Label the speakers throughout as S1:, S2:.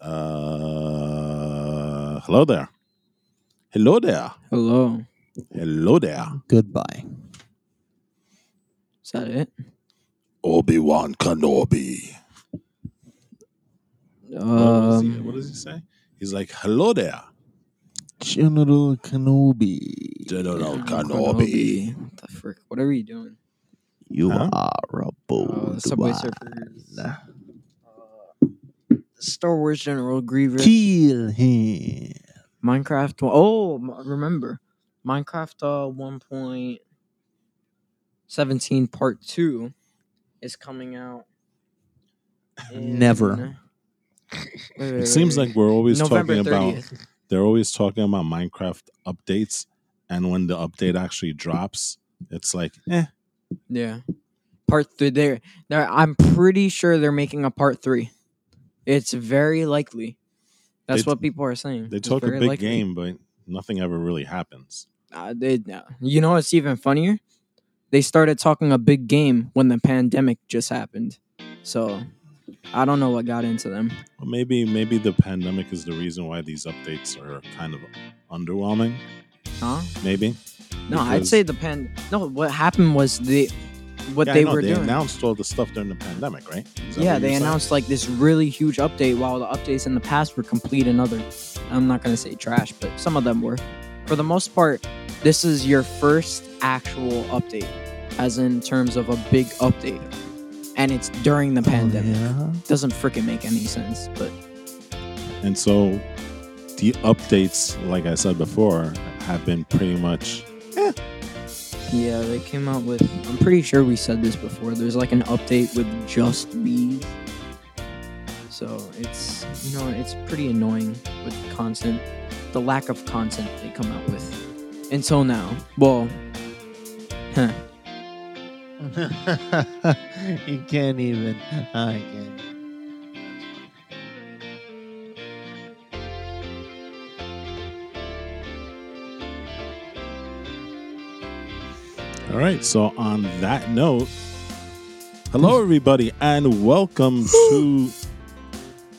S1: Uh, Hello there. Hello there.
S2: Hello.
S1: Hello there.
S3: Goodbye.
S2: Is that it?
S1: Obi Wan Kenobi. what, does he,
S2: Um,
S1: Oh, what does he say? He's like, hello there,
S3: General Kenobi.
S1: General
S2: yeah,
S1: Kenobi.
S2: Kenobi. What the frick? What are you doing?
S3: You
S1: Huh?
S3: are a
S1: Oh,
S2: Uh,
S3: bold
S2: Subway
S3: one.
S2: Surfers. Uh, Star Wars General Grievous.
S3: Kill him.
S2: Minecraft. one- Oh, m- remember Minecraft uh, one point seventeen part two is coming out.
S3: Never.
S2: in- Wait, wait,
S1: It seems
S2: wait,
S1: like we're
S2: wait.
S1: always
S2: November
S1: talking about
S2: 30th.
S1: they're always talking about Minecraft updates, and when the update actually drops, it's like, eh,
S2: Yeah, part three. There, there. I'm pretty sure they're making a part three. It's very likely. That's
S1: They-
S2: what people are saying.
S1: they
S2: It's
S1: talk a
S2: very
S1: big
S2: likely.
S1: game, but nothing ever really happens.
S2: Uh, they, no. You know what's even funnier? They started talking a big game when the pandemic just happened. So I don't know what got into them.
S1: Well, maybe maybe the pandemic is the reason why these updates are kind of underwhelming.
S2: Huh?
S1: Maybe
S2: No, I'd
S1: Because-
S2: say the pan. No, what happened was the what
S1: Yeah, I
S2: they
S1: know,
S2: were
S1: they
S2: doing.
S1: announced all the stuff during the pandemic, right? Is that
S2: yeah,
S1: what
S2: they
S1: you're saying?
S2: announced like this really huge update while the updates in the past were complete and other. I'm not going to say trash, but some of them were. For the most part, this is your first actual update, as in terms of a big update. And it's during the pandemic.
S3: Oh, yeah?
S2: Doesn't freaking make any sense, but
S1: And so the updates, like I said before, have been pretty much
S2: yeah, they came out with. I'm pretty sure we said this before. There's like an update with just bees, so it's you know it's pretty annoying with content, the lack of content they come out with until now. Well, huh,
S3: you can't even. I can't.
S1: all right. So on that note, hello everybody, and welcome to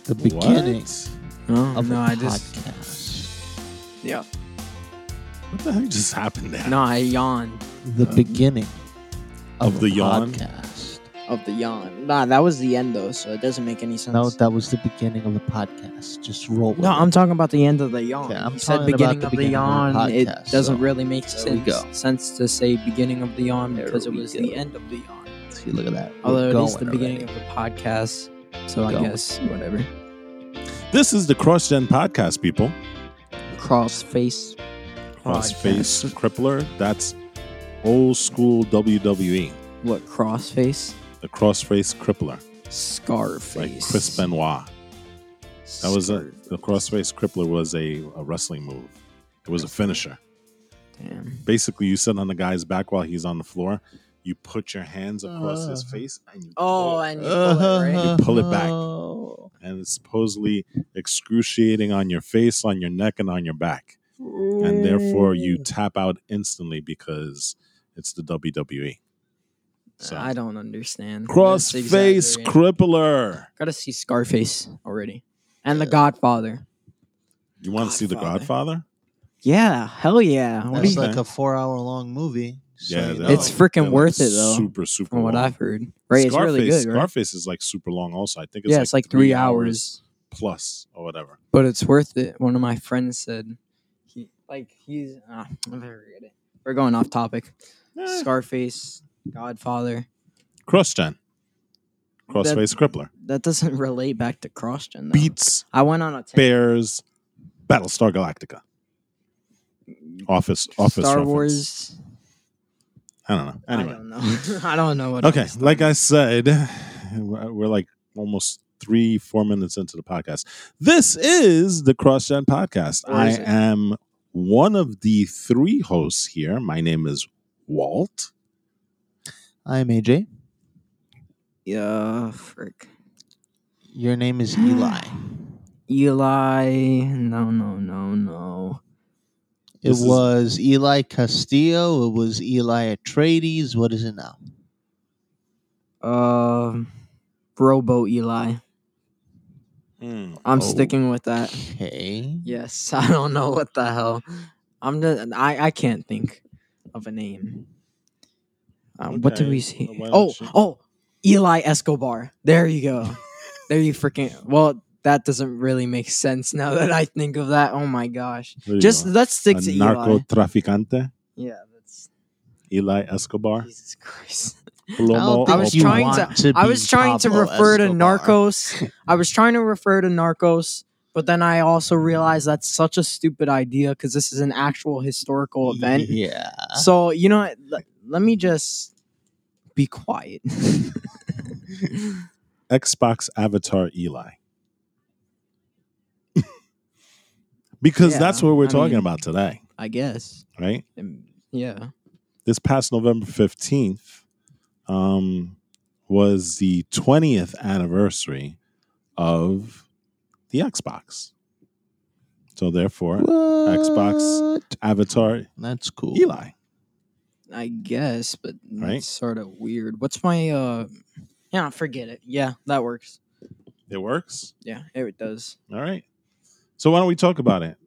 S3: The beginning
S1: What?
S2: no,
S3: of
S2: no,
S3: a
S2: I just
S3: podcast.
S2: yeah,
S1: What the heck just happened there?
S2: no, I yawned
S3: The beginning
S1: of
S3: of, a
S1: the yawn?
S3: podcast.
S2: of the yawn. Nah, that was the end though, so it doesn't make any sense.
S3: No, that was the beginning of the podcast. Just roll. with
S2: No,
S3: it.
S2: I'm talking about the end of the yawn.
S3: Yeah, I'm
S2: you said
S3: talking about
S2: beginning
S3: the
S2: of the
S3: beginning
S2: yawn.
S3: of the
S2: it
S3: podcast,
S2: doesn't
S3: so
S2: really make
S3: there we
S2: sense,
S3: go.
S2: sense to say beginning of the yawn
S3: There
S2: because it
S3: we
S2: was
S3: go.
S2: the end of the yawn.
S3: See, look at that. We're
S2: Although it is the
S3: going
S2: beginning
S3: already.
S2: of the podcast, so I
S3: Going.
S2: guess whatever.
S1: This is the Cross Gen Podcast, people.
S2: Cross face.
S1: Crossface Crippler. That's old school WWE.
S2: What cross face?
S1: The Crossface Crippler,
S2: Scar
S1: like
S2: face.
S1: Chris Benoit. That was a the Crossface Crippler was a, a wrestling move. It was a finisher.
S2: Damn.
S1: basically you sit on the guy's back while he's on the floor you put your hands across his
S3: Uh.
S1: face and you
S2: Oh,
S1: pull it.
S2: and you pull it, right?
S1: You pull it back.
S3: Oh.
S1: and it's supposedly excruciating on your face on your neck and on your back and therefore you tap out instantly because it's the wwe so
S2: I don't understand. That's
S1: crossface
S2: exaggerating.
S1: crippler
S2: Gotta see Scarface already, and The Godfather.
S1: you want to see the godfather
S2: Godfather? Yeah, hell yeah. What
S1: What
S2: do
S1: do
S3: That's
S2: you-
S1: you
S3: like
S1: think?
S3: a four-hour-long movie. so
S1: Yeah,
S3: you
S1: that
S3: know.
S2: It's freaking
S1: They're, like,
S2: worth it though.
S1: super super
S2: from what
S1: long.
S2: I've heard. Right, it's really
S1: Scarface-
S2: good, right?
S1: Scarface is like super long, also. I think it's
S2: yeah,
S1: like
S2: it's like three hours,
S1: plus or whatever.
S2: but it's worth it. One of my friends said, he like he's ah, I forget it. We're going off topic.
S1: Eh.
S2: Scarface, Godfather.
S1: Crossgen. Crossface Crippler.
S2: That Oh. doesn't relate back to CrossGen. Though.
S1: Beats,
S2: I went on a tangent.
S1: Bears, Battlestar Galactica. Office, office.
S2: Star
S1: reference.
S2: Wars.
S1: I don't know.
S2: I
S1: Anyway.
S2: don't know. I don't know what.
S1: Okay.
S2: else.
S1: Like I said, we're we're like almost three, four minutes into the podcast. This is the CrossGen podcast.
S2: Or
S1: I
S2: is it?
S1: am one of the three hosts here. My name is Walt.
S3: I'm AJ.
S2: Yeah, frick.
S3: Your name is Eli.
S2: Eli. No, no, no, no.
S3: It
S1: This is-
S3: was Eli Castillo. It was Eli Atreides. What is it now?
S2: Um, Robo Eli.
S1: Mm.
S2: I'm
S3: Oh.
S2: sticking with that.
S3: Okay.
S2: Yes, I don't know what the hell. I'm the I I can't think of a name. Um, What did
S1: Okay,
S2: we see?
S1: why
S2: Oh
S1: don't you-
S2: oh, Eli Escobar. There you go. there you freaking. Well, that doesn't really make sense now that I think of that. Oh my gosh.
S1: There you
S2: Just
S1: go.
S2: let's stick
S1: a
S2: to Eli.
S1: narcotraficante,
S2: Yeah, that's
S1: Eli Escobar.
S2: Jesus Christ.
S3: I don't
S1: Plomo
S3: think
S2: I was
S3: you
S2: trying
S3: want
S2: to. I
S3: be
S2: was trying to
S3: Pablo
S2: refer to
S3: Escobar.
S2: Narcos. I was trying to refer to Narcos, but then I also realized that's such a stupid idea because this is an actual historical event.
S3: Yeah.
S2: So you know, what, le- let me just be quiet.
S1: Xbox avatar Eli. because
S2: Yeah,
S1: that's what we're
S2: I
S1: talking
S2: mean-
S1: about today,
S2: I guess.
S1: right?
S2: Um, Yeah.
S1: This past November 15th um, was the 20th anniversary of the Xbox. So, therefore, Xbox.
S3: What?
S1: avatar
S3: That's cool.
S1: Eli.
S2: I guess, but that's
S1: Right?
S2: sort of weird. What's my uh yeah, forget it. Yeah, that works.
S1: It works.
S2: Yeah, it does.
S1: All right. So why don't we talk about it?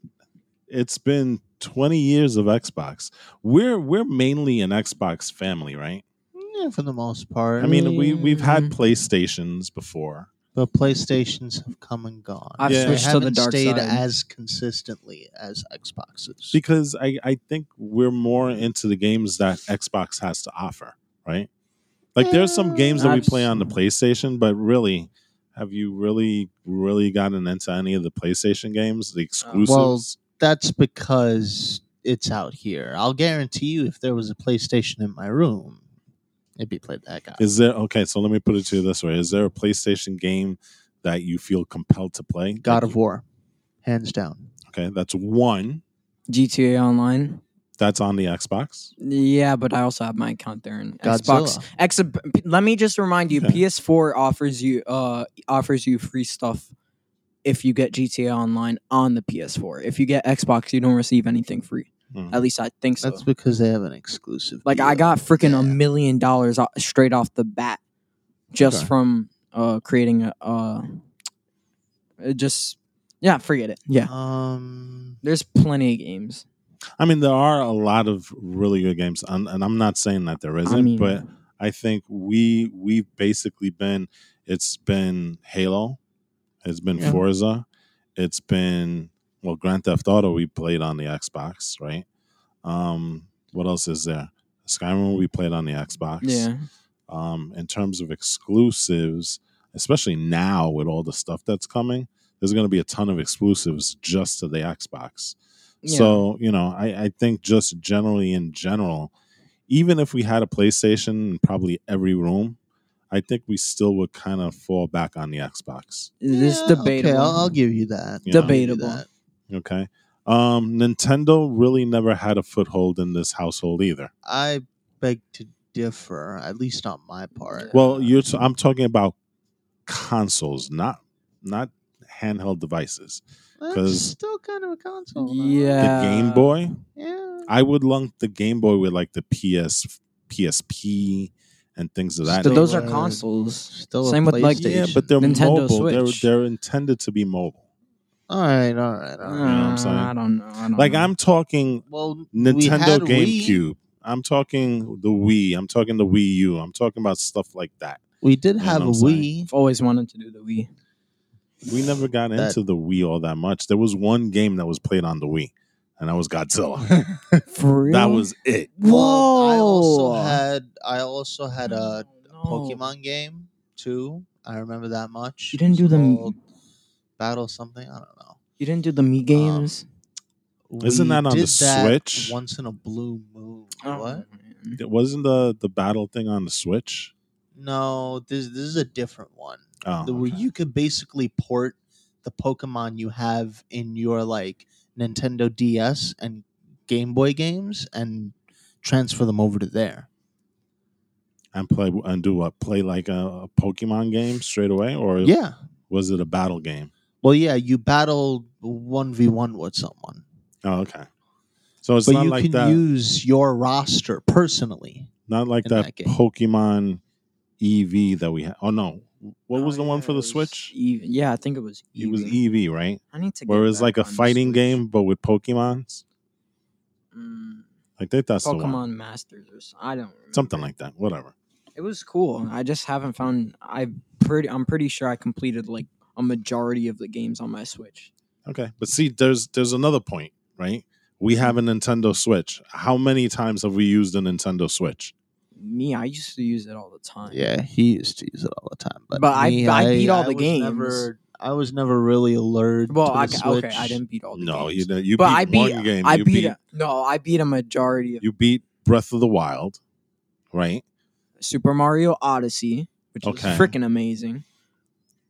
S1: It's been 20 years of Xbox. We're we're mainly an Xbox family, right?
S3: Yeah, for the most part.
S1: I mean, we we've had
S2: Mm.
S1: PlayStations before.
S3: but PlayStations have come and gone.
S2: I've
S1: Yeah.
S3: They
S2: switched to the
S3: haven't
S2: dark
S3: stayed
S2: side.
S3: as consistently as Xboxes.
S1: because I, I think we're more into the games that Xbox has to offer, right? Like there's some games that we play on the PlayStation, but really, have you really really gotten into any of the PlayStation games, the
S2: Uh,
S1: exclusives?
S3: well, That's because it's out here. I'll guarantee you, if there was a PlayStation in my room, it'd be played that guy.
S1: Is there okay? So let me put it to you this way: Is there a PlayStation game that you feel compelled to play?
S3: God of War, hands down.
S1: Okay, that's one.
S2: GTA Online.
S1: That's on the Xbox.
S2: Yeah, but I also have my account there in Xbox.
S3: Godzilla.
S2: Ex- p- let me just remind you,
S1: Okay.
S2: PS4 offers you uh offers you free stuff if you get GTA Online on the PS4. If you get Xbox, you don't receive anything free.
S3: Uh,
S1: Hmm.
S2: At least I think so.
S3: That's because they have an exclusive.
S2: like I
S3: deal.
S2: got freaking a
S3: Yeah.
S2: million dollars o- straight off the bat just
S1: Okay.
S2: from uh creating a uh it just yeah, forget it. Yeah.
S3: Um,
S2: There's plenty of games.
S1: I mean, there are a lot of really good games, and, and I'm not saying that there isn't,
S2: I mean,
S1: but I think we we've basically been it's been Halo, it's been
S3: Yeah.
S1: Forza, it's been well Grand Theft Auto we played on the Xbox, right? Um, what else is there? Skyrim we played on the Xbox.
S2: yeah.
S1: um, in terms of exclusives, especially now with all the stuff that's coming, there's going to be a ton of exclusives just to the Xbox.
S2: Yeah.
S1: So, you know, I, I think just generally in general, even if we had a PlayStation in probably every room, I think we still would kind of fall back on the Xbox.
S2: this
S3: yeah,
S2: is debatable.
S3: Okay, I'll, I'll give you that.
S1: You know?
S3: I'll give you
S2: Debatable.
S3: that.
S1: Okay. Um, Nintendo really never had a foothold in this household either.
S3: I beg to differ, at least on my part.
S1: Well, you're t- I'm talking about consoles, not not handheld devices.
S3: That's
S1: 'cause-
S3: still kind of a console. though.
S1: The
S2: Yeah.
S1: Game Boy,
S3: yeah.
S1: I would lump the Game Boy with like the PS, PSP, and things of that.
S2: But those are
S3: Uh,
S2: consoles.
S3: Still
S2: Same
S3: a
S2: with, like-
S1: yeah,
S3: PlayStation.
S1: but they're
S2: Nintendo
S1: mobile.
S2: Switch. Mm-hmm.
S1: They're they're intended to be mobile.
S3: all right, all right, all right.
S1: know what I'm saying?
S2: Uh, I don't know. I don't
S1: Like
S2: know.
S1: I'm talking
S3: Well, we
S1: Nintendo
S3: had Wii.
S1: GameCube. I'm talking the Wii. I'm talking the Wii U. I'm talking about stuff like that.
S3: We did
S1: know
S3: have a
S1: what I'm saying?
S3: Wii.
S2: I've always wanted to do the Wii.
S1: We never got
S3: That-
S1: into the Wii all that much. There was one game that was played on the Wii, and that was Godzilla.
S2: For real?
S1: That was it.
S3: Well, I also
S2: Whoa.
S3: had I also had a
S2: No.
S3: Pokemon game too. I remember that much.
S2: You didn't
S3: It was
S2: do the-
S3: called battle something. I don't know.
S2: You didn't do the
S3: Um,
S2: Mii games.
S1: Isn't
S3: We
S1: that on the
S3: did that
S1: Switch?
S3: Once in a blue moon. What?
S2: Oh, man.
S1: It wasn't the the battle thing on the Switch.
S3: No, this this is a different one.
S1: Oh,
S3: the- where
S1: okay.
S3: you could basically port the Pokemon you have in your like Nintendo DS and Game Boy games and transfer them over to there.
S1: and play and do what play like a, a Pokemon game straight away, or
S3: Yeah.
S1: was it a battle game?
S3: Well, yeah, you battle one v one with someone,
S1: Oh, okay. So it's
S3: but
S1: not
S3: you
S1: like
S3: can
S1: that,
S3: use your roster personally.
S1: not like
S3: in
S1: that,
S3: that game.
S1: Pokemon EV that we had. Oh no, What
S2: Oh,
S1: was the one
S2: yeah,
S1: for
S2: it
S1: the
S2: was
S1: Switch?
S2: Eve- yeah, I think it was.
S1: It was
S2: Eevee.
S1: Eevee, right?
S2: I need to.
S1: Where
S2: get
S1: it was
S2: back
S1: like a
S2: on the
S1: fighting
S2: Switch.
S1: game, but with Pokemons.
S2: Mm,
S1: I think that's the one.
S2: Pokemon Masters or something. I don't. Remember.
S1: Something like that. Whatever.
S2: It was cool. I just haven't found. I pretty. I'm pretty sure I completed like a majority of the games on my Switch.
S1: Okay. But see, there's there's another point, right? We
S2: Mm-hmm.
S1: have a Nintendo Switch. How many times have we used a Nintendo Switch?
S2: Me, I used to use it all the time.
S3: Yeah, he used to use it all the time. But,
S2: But I-
S3: me,
S2: I beat all the
S3: was Never, I was never really allured
S2: Well,
S3: to the
S2: I,
S3: Switch.
S2: okay, I didn't beat all the
S1: No,
S2: games.
S1: you know, you
S2: but
S1: beat,
S2: I beat.
S1: one game.
S2: I
S1: you
S2: beat. a, no, I beat a majority of
S1: you beat Breath of the Wild, right?
S2: Super Mario Odyssey, which is
S1: Okay.
S2: freaking amazing.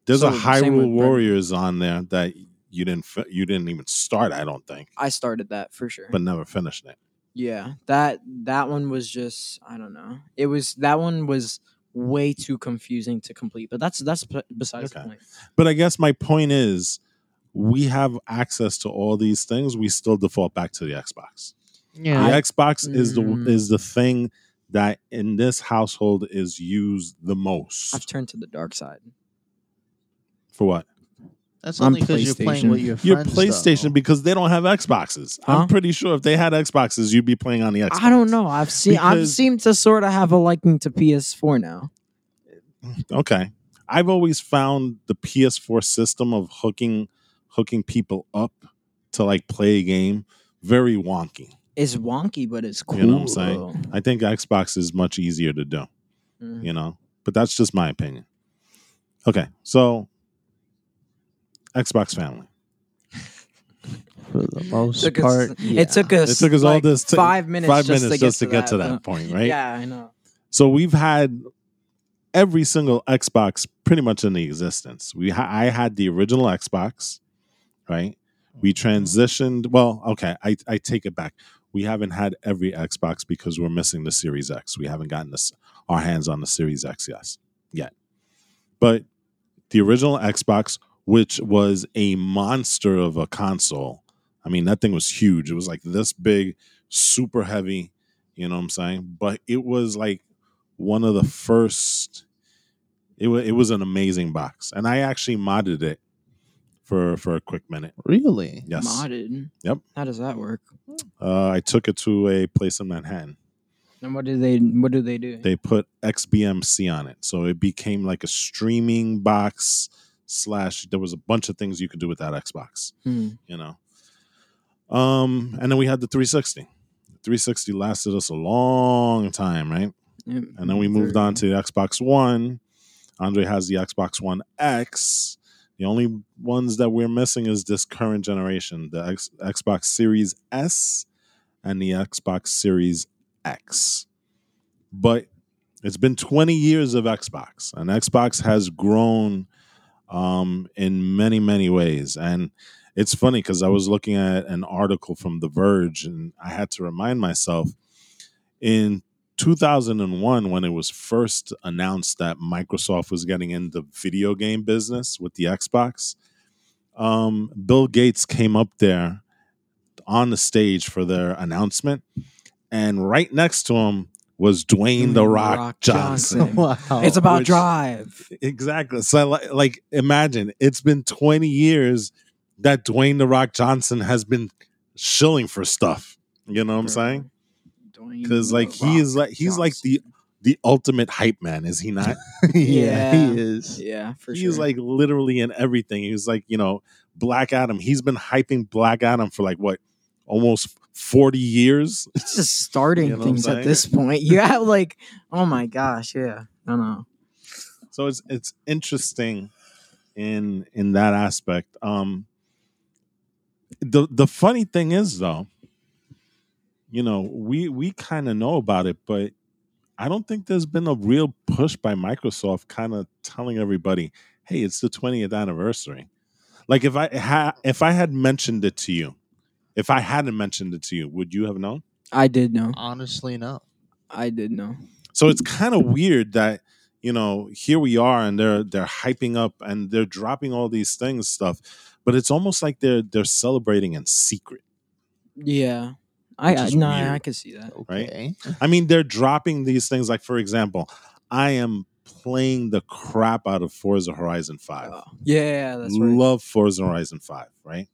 S1: There's a
S2: So, same with
S1: Hyrule
S2: Breath-
S1: Warriors on there that you didn't fi- you didn't even start. I don't think,
S2: I started that for sure.
S1: but never finished it.
S2: Yeah, that that one was just I don't know. It was that one was way too confusing to complete. But that's that's b- besides
S1: Okay.
S2: the point.
S1: But I guess my point is, we have access to all these things. We still default back to the Xbox. The
S3: Yeah,
S1: Xbox is the
S2: Mm.
S1: is the thing that in this household is used the
S2: I've
S1: most
S2: turned to the dark side.
S1: for what
S3: that's
S2: on
S3: only because you're playing
S2: PlayStation.
S3: with your friends.
S1: your PlayStation
S3: though.
S1: because they don't have Xboxes.
S2: Huh?
S1: I'm pretty sure if they had Xboxes, you'd be playing on the Xbox.
S2: I don't know. I've seen I've
S1: Because-
S2: seemed to sort of have a liking to PS4 now.
S1: Mm-hmm. Okay. I've always found the PS4 system of hooking hooking people up to like play a game very wonky.
S2: It's wonky, but it's cool.
S1: You know what I'm saying? I think Xbox is much easier to do,
S2: though. Mm.
S1: you know? But that's just my opinion. Okay. So Xbox family.
S3: for the most
S2: Took us-
S3: part. yeah.
S2: It took us.
S1: It took us all
S2: like,
S1: this to-
S2: five minutes.
S1: Five
S2: just
S1: minutes
S2: to get
S1: just to get to that,
S2: though.
S1: point, right?
S2: Yeah, I know.
S1: So we've had every single Xbox pretty much in the existence. We ha- I had the original Xbox, right? We
S3: Mm-hmm.
S1: transitioned. Well, okay, I, I take it back. We haven't had every Xbox because we're missing the Series X. We haven't gotten this, our hands on the Series X yes, yet. But the original Xbox, which was a monster of a console, I mean, that thing was huge. It was like this big, super heavy, you know what I'm saying? But it was like one of the first it was it was an amazing box and i actually modded it for for a quick minute
S3: really.
S1: yes
S2: Modded.
S1: Yep.
S2: How does that work?
S1: uh, i took it to a place in manhattan
S2: And what do they? What do they do?
S1: they put xbmc on it so it became like a streaming box slash there was a bunch of things you could do with that xbox
S2: Hmm.
S1: you know um and then we had the 360 360 lasted us a long time right
S2: Yep.
S1: And then we moved on to the Xbox One. Andre has the Xbox One X. The only ones that we're missing is this current generation the X- Xbox Series S and the Xbox Series X. But it's been 20 years of Xbox, and Xbox has grown um, in many, many ways. And it's funny because I was looking at an article from The Verge, and I had to remind myself in 2001 when it was first announced that microsoft was getting in the video game business with the xbox um, bill gates came up there on the stage for their announcement and right next to him was dwayne the rock, johnson.
S2: Johnson.
S3: Wow.
S2: It's about
S1: which-
S2: drive.
S1: exactly so li- like imagine it's been 20 years that dwayne the rock johnson has been shilling for stuff you know what i'm saying because like he is like he's like the the ultimate hype man is he not
S2: Yeah.
S3: he is.
S2: yeah for
S1: he's
S2: sure.
S1: like literally in everything he's like you know black adam he's been hyping black adam for like what almost 40 years
S2: he's just starting
S1: You know what I'm
S2: things at
S1: saying?
S2: this point. You have like, oh my gosh, yeah, I don't know.
S1: so it's it's interesting in in that aspect um the the funny thing is though you know we we kind of know about it but i don't think there's been a real push by microsoft kind of telling everybody hey it's the 20th anniversary like if i ha- if i had mentioned it to you if i hadn't mentioned it to you would you have known
S2: I did know.
S3: Honestly, no.
S2: I did know.
S1: So it's kind of weird that you know here we are and they're they're hyping up and they're dropping all these things stuff, but it's almost like they're they're celebrating in secret.
S2: Yeah, I
S1: Which
S2: I-
S1: is
S2: no, I, I
S1: weird.
S2: could see that.
S1: Right?
S3: Okay.
S1: I mean, they're dropping these things like for example, I am playing the crap out of Forza Horizon 5.
S2: Oh, yeah, that's right.
S1: Love Forza Horizon 5, right?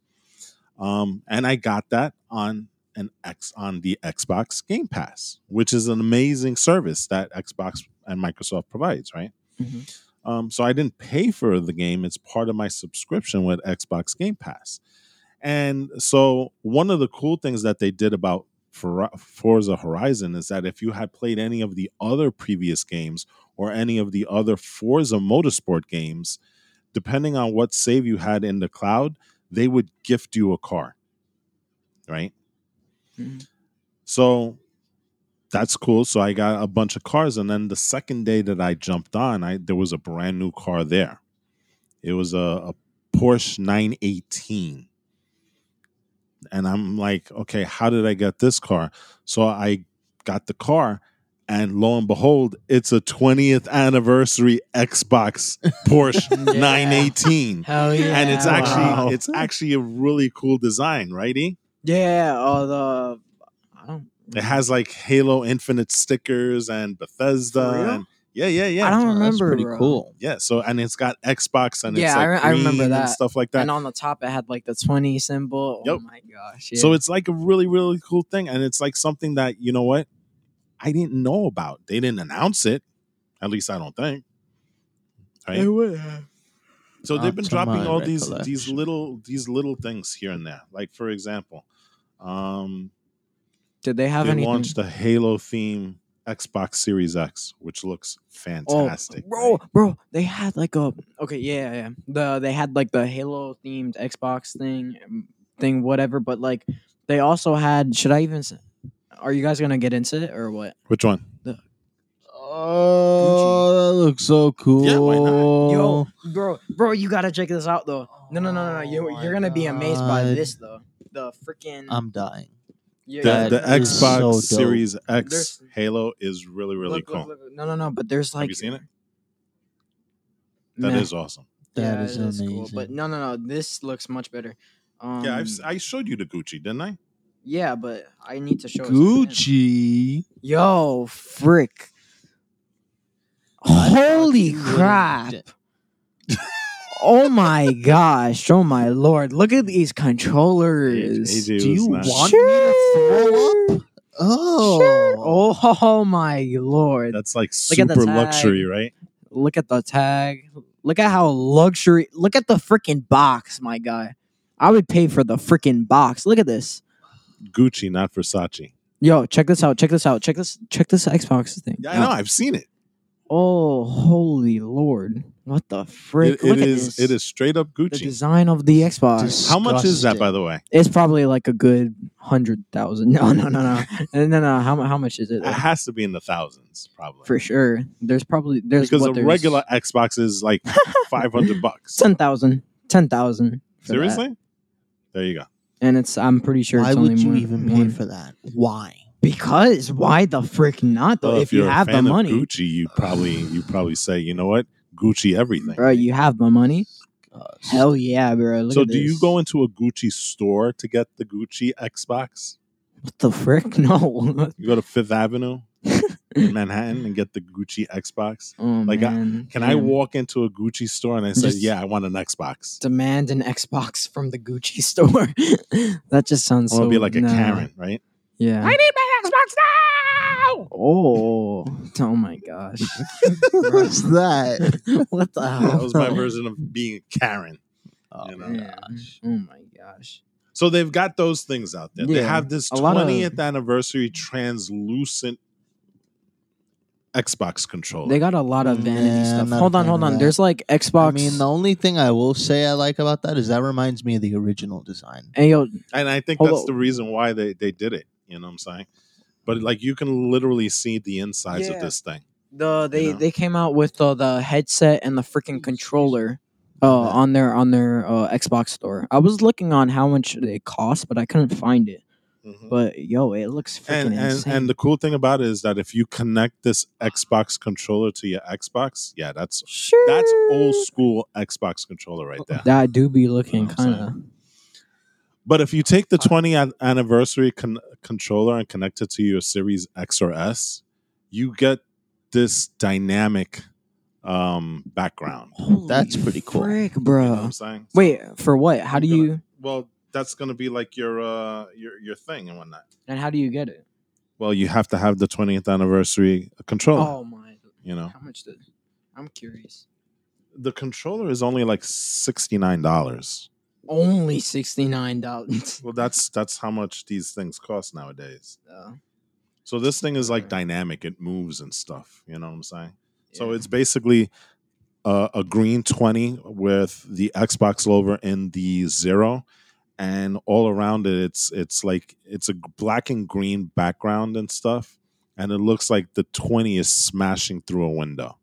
S1: Um, and I got that on an X on the Xbox Game Pass, which is an amazing service that Xbox and Microsoft provides, right?
S2: Mhm.
S1: Um, so I didn't pay for the game. It's part of my subscription with Xbox Game Pass. And so one of the cool things that they did about For- Forza Horizon is that if you had played any of the other previous games or any of the other Forza Motorsport games, depending on what save you had in the cloud, they would gift you a car. Right?
S2: Mhm.
S1: So that's cool. So I got a bunch of cars, and then the second day that I jumped on, I there was a brand new car there. It was a, a Porsche 918, and I'm like, okay, how did I get this car? So I got the car, and lo and behold, it's a 20th anniversary Xbox Porsche
S2: Yeah.
S1: 918.
S2: Hell yeah!
S1: And it's actually
S3: Wow.
S1: it's actually a really cool design, E? righty?
S2: yeah. Oh, the I don't.
S1: It has like Halo Infinite stickers and Bethesda.
S2: For real?
S1: And yeah, yeah,
S2: I
S1: yeah.
S2: don't
S3: Oh,
S2: remember.
S3: That's pretty
S2: bro.
S3: cool.
S1: Yeah. So and it's got Xbox and
S2: Yeah,
S1: it's
S2: I
S1: like
S2: re- I remember
S1: green
S2: that.
S1: and stuff like that.
S2: And on the top, it had like the twenty symbol. Oh
S1: Yep.
S2: my gosh! Yeah.
S1: So it's like a really, really cool thing. And it's like something that, you know what? I didn't know about. They didn't announce it. At least I don't think. Right? So
S3: Not
S1: they've been
S3: to
S1: dropping
S3: my
S1: all these these
S3: recollection.
S1: little these little things here and there. Like for example, um
S2: Did they have
S1: they
S2: anything?
S1: launched the Halo theme Xbox Series X, which looks
S2: Oh,
S1: fantastic.
S2: Bro,
S1: right?
S2: bro, they had like a okay, yeah, yeah. The they had like the Halo themed Xbox thing, um, thing whatever. But like, they also had. Should I even? s- Are you guys gonna get into it or what?
S1: Which one?
S3: uh, Oh, that looks so cool.
S1: Yeah, why not?
S2: Yo,
S1: Oh.
S2: bro, bro, you gotta check this out though. No, no, no, no, no. You,
S3: Oh my
S2: you're gonna be amazed by
S3: God.
S2: this though. The freaking
S3: I'm dying.
S2: yeah,
S1: The,
S3: That
S1: Um, the
S3: is so
S1: Xbox
S3: dope.
S1: Series X
S2: There's-
S1: Halo is really, really
S2: look,
S1: cool.
S2: look, look, look. No, no, no. But there's like
S1: Have you seen it? That is
S2: Meh.
S1: awesome.
S3: That
S2: Yeah,
S3: is
S2: it is
S3: amazing.
S2: but no, no, no. This looks much better. Um,
S1: yeah, I've, s- I showed you the Gucci, didn't I?
S2: Yeah, but I need to show it to him.
S3: Gucci.
S2: Yo, frick!
S3: I thought
S2: Holy
S3: you would've
S2: crap!
S3: d-
S2: Oh my gosh! Oh my lord! Look at these controllers.
S1: AJ was
S3: Do you
S1: not-
S3: want me to throw up? Oh,
S2: Sure. Oh, my lord!
S1: That's like
S2: Look at the
S1: super
S2: tag.
S1: luxury, right?
S2: Look at the tag. Look at how luxury. Look at the freaking box, my guy. I would pay for the freaking box. Look at this.
S1: Gucci, not Versace.
S2: Yo, check this out. Check this out. Check this. Check this Xbox thing.
S1: Yeah, I
S2: out.
S1: know. I've seen it.
S2: Oh, holy lord! What the
S1: It-
S2: frick? Look
S1: it
S2: at
S1: is.
S2: this.
S1: It is straight up
S2: the
S1: Gucci.
S2: design of the Xbox.
S3: Dis-
S1: How much is that,
S3: disgusting.
S1: by the way?
S2: It's probably like a good hundred thousand. No, no, no, no, no, no. no. How mu- how much is it?
S1: It
S2: though?
S1: has to be in the thousands, probably.
S2: For sure. There's probably there's
S1: because
S2: what,
S1: a
S2: there's
S1: regular Xbox is like five hundred bucks.
S2: ten thousand. Ten thousand.
S1: Seriously? There you go.
S2: And it's I'm pretty sure.
S3: Why
S2: it's
S3: would
S2: only
S3: you
S2: one-
S3: even pay
S2: one-
S3: for that? Why?
S2: Because why the frick not though?
S1: Well,
S2: if, you
S1: you're a
S2: have the
S1: fan of
S2: money,
S1: Gucci, you probably you probably say, you know what, Gucci everything.
S2: bro, you have my money. Uh, Hell yeah, bro. Look
S1: so
S2: at
S1: do you
S2: this.
S1: go into a Gucci store to get the Gucci Xbox?
S2: What the frick? No.
S1: You go to Fifth Avenue in Manhattan and get the Gucci Xbox.
S2: oh,
S1: Like, I-
S2: man.
S1: Can I
S2: Damn.
S1: walk into a Gucci store and I say,
S2: Just-
S1: yeah, I want an Xbox?
S2: demand an Xbox from the Gucci store. that just sounds
S1: I want to
S2: so
S1: be like a
S2: nah.
S1: Karen, right?
S2: Yeah.
S4: I need my Xbox now!
S2: Oh, oh my gosh.
S3: What's that?
S2: what the hell?
S1: That was my version of being a Karen.
S3: Oh,
S1: You know.
S2: Yeah.
S3: gosh.
S2: Oh my gosh.
S1: So they've got those things out there. They
S2: Yeah,
S1: have this
S2: a lot of-
S1: 20th anniversary translucent Xbox controller.
S2: They got a lot of vanity
S3: Nah, I'm
S2: stuff.
S3: not a
S2: Hold on,
S3: fan
S2: hold
S3: of
S2: on.
S3: that.
S2: There's like Xbox.
S3: I mean, the only thing I will say I like about that is that reminds me of the original design.
S2: Hey, yo,
S1: and I think
S2: Hold
S1: that's
S2: on.
S1: the reason why they, they did it. You know what I'm saying? But like you can literally see the insides
S2: Yeah.
S1: of this thing.
S2: the they
S1: You know?
S2: they came out with uh, the headset and the freaking controller uh,
S3: Yeah.
S2: on their on their uh, Xbox store. I was looking on how much they cost, but I couldn't find it. But yo, it looks freaking
S1: Mm-hmm. and and,
S2: insane.
S1: and the cool thing about it is that if you connect this Xbox controller to your Xbox, yeah, that's
S2: sure.
S1: that's old school Xbox controller right there.
S2: That do be looking
S1: know what I'm
S2: kind of.
S1: saying? But if you take the 20th anniversary con- controller and connect it to your Series X or S, you get this dynamic um, background.
S3: That's
S2: Holy
S3: pretty cool.
S2: frick,
S1: You know what
S2: bro.
S1: I'm saying? So-
S2: Uh-huh. Wait, for what? How do
S1: Gonna-
S2: you
S1: well, that's going to be like your uh, your your thing and whatnot.
S2: and how do you get it?
S1: Well, you have to have the 20th anniversary uh, controller.
S2: Oh my!
S1: You know,
S2: How much did? I'm curious.
S1: the controller is only like sixty nine dollars.
S2: Only sixty nine dollars.
S1: Well, that's that's how much these things cost nowadays.
S2: Uh,
S1: So this thing is like
S2: Okay.
S1: dynamic; it moves and stuff. You know what I'm saying? So
S2: yeah.
S1: it's basically a, a green 20 with the Xbox logo in the zero, and all around it, it's it's like it's a black and green background and stuff, and it looks like the 20 is smashing through a window,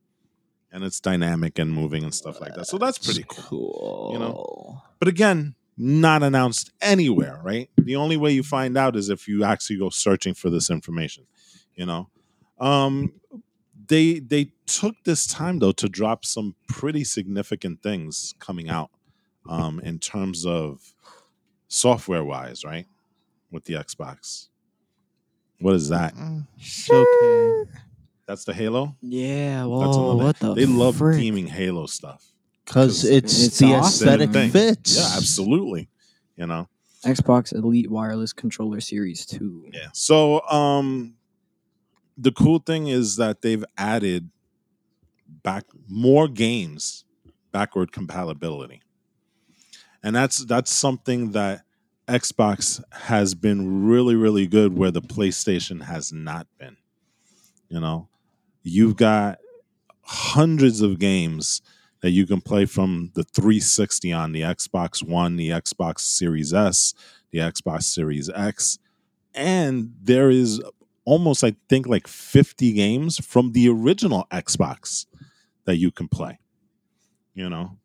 S1: and it's dynamic and moving and stuff like that. So that's pretty cool.
S3: cool.
S1: you But again, not announced anywhere, right? The only way you find out is if you actually go searching for this information, you know. Um they they took this time though to drop some pretty significant things coming out um in terms of software wise, right? With the Xbox. What is that?
S3: Mm.
S2: okay.
S1: That's the Halo?
S2: Yeah.
S1: That's
S2: Whoa.
S1: another-
S2: What the?
S1: They love
S2: Oh, frick?
S1: gaming Halo stuff.
S3: Cause it's,
S2: It's
S3: the
S2: awesome.
S3: aesthetic
S1: Thing.
S3: fits.
S1: Yeah, absolutely. You know.
S2: Xbox Elite Wireless Controller Series Two.
S1: Yeah. So um the cool thing is that they've added back more games backward compatibility. And that's that's something that Xbox has been really really good where the PlayStation has not been. You know, you've got hundreds of games that you can play from the 360 on the Xbox 1, the Xbox Series S, the Xbox Series X, and there is almost i think like 50 games from the original xbox that you can play you know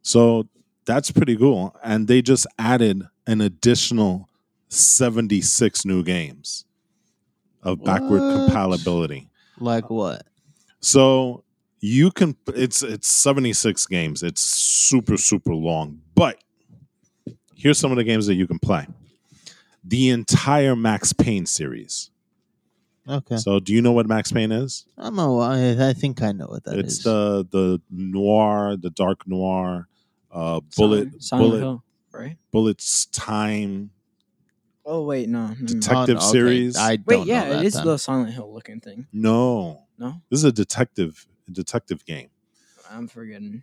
S1: so that's pretty cool and they just added an additional 76 new games of backward
S3: What?
S1: compatibility
S3: Like what?
S1: so you can it's it's 76 games. It's super super long. But here's some of the games that you can play. The entire Max Payne series.
S3: Okay.
S1: So do you know what Max Payne is?
S3: I'm a, I, I think I know what that is.
S1: it's the the noir, the dark noir, uh bullet
S2: Silent- Silent
S1: bullet
S2: Hill, right?
S1: bullets time
S2: Oh wait, no. never mind.
S1: Detect- detective
S3: okay.
S1: series.
S3: I don't
S2: wait,
S3: know
S2: yeah,
S3: that
S2: it is
S3: then.
S2: the Silent Hill looking thing.
S1: no.
S2: No,
S1: This is a detective a detective game.
S2: I'm forgetting.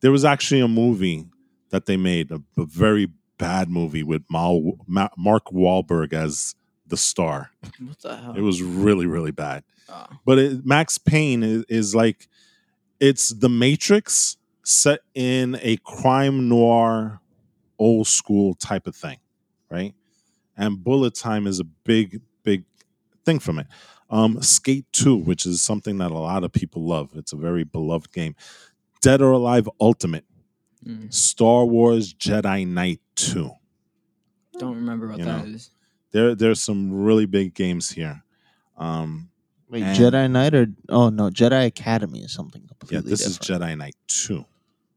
S1: There was actually a movie that they made, a, a very bad movie with Mal, Ma, Mark Wahlberg as the star.
S2: What the hell?
S1: It was really, really bad.
S2: Oh.
S1: But it, Max Payne is, is like, it's The Matrix set in a crime noir, old school type of thing, right? And Bullet Time is a big, big thing from it. Um, Skate 2, which is something that a lot of people love, it's a very beloved game. Dead or Alive Ultimate,
S2: Mm,
S1: Star Wars Jedi Knight 2.
S2: don't remember what
S1: You
S2: that
S1: know.
S2: is.
S1: There, there's some really big games here. Um,
S3: Wait,
S1: and-
S3: Jedi Knight or oh no, Jedi Academy is something
S1: Yeah,
S3: completely
S1: this
S3: different.
S1: is Jedi Knight 2,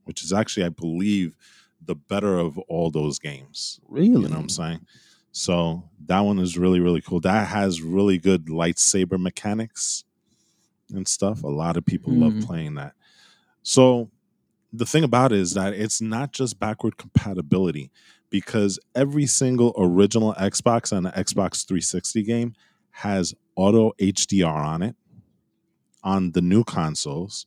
S1: which is actually, I believe, the better of all those games.
S3: really.
S1: You know what I'm saying? So that one is really, really cool. That has really good lightsaber mechanics and stuff. A lot of people love
S2: Mhm.
S1: playing that. So the thing about it is that it's not just backward compatibility because every single original Xbox and the Xbox 360 game has auto HDR on it on the new consoles.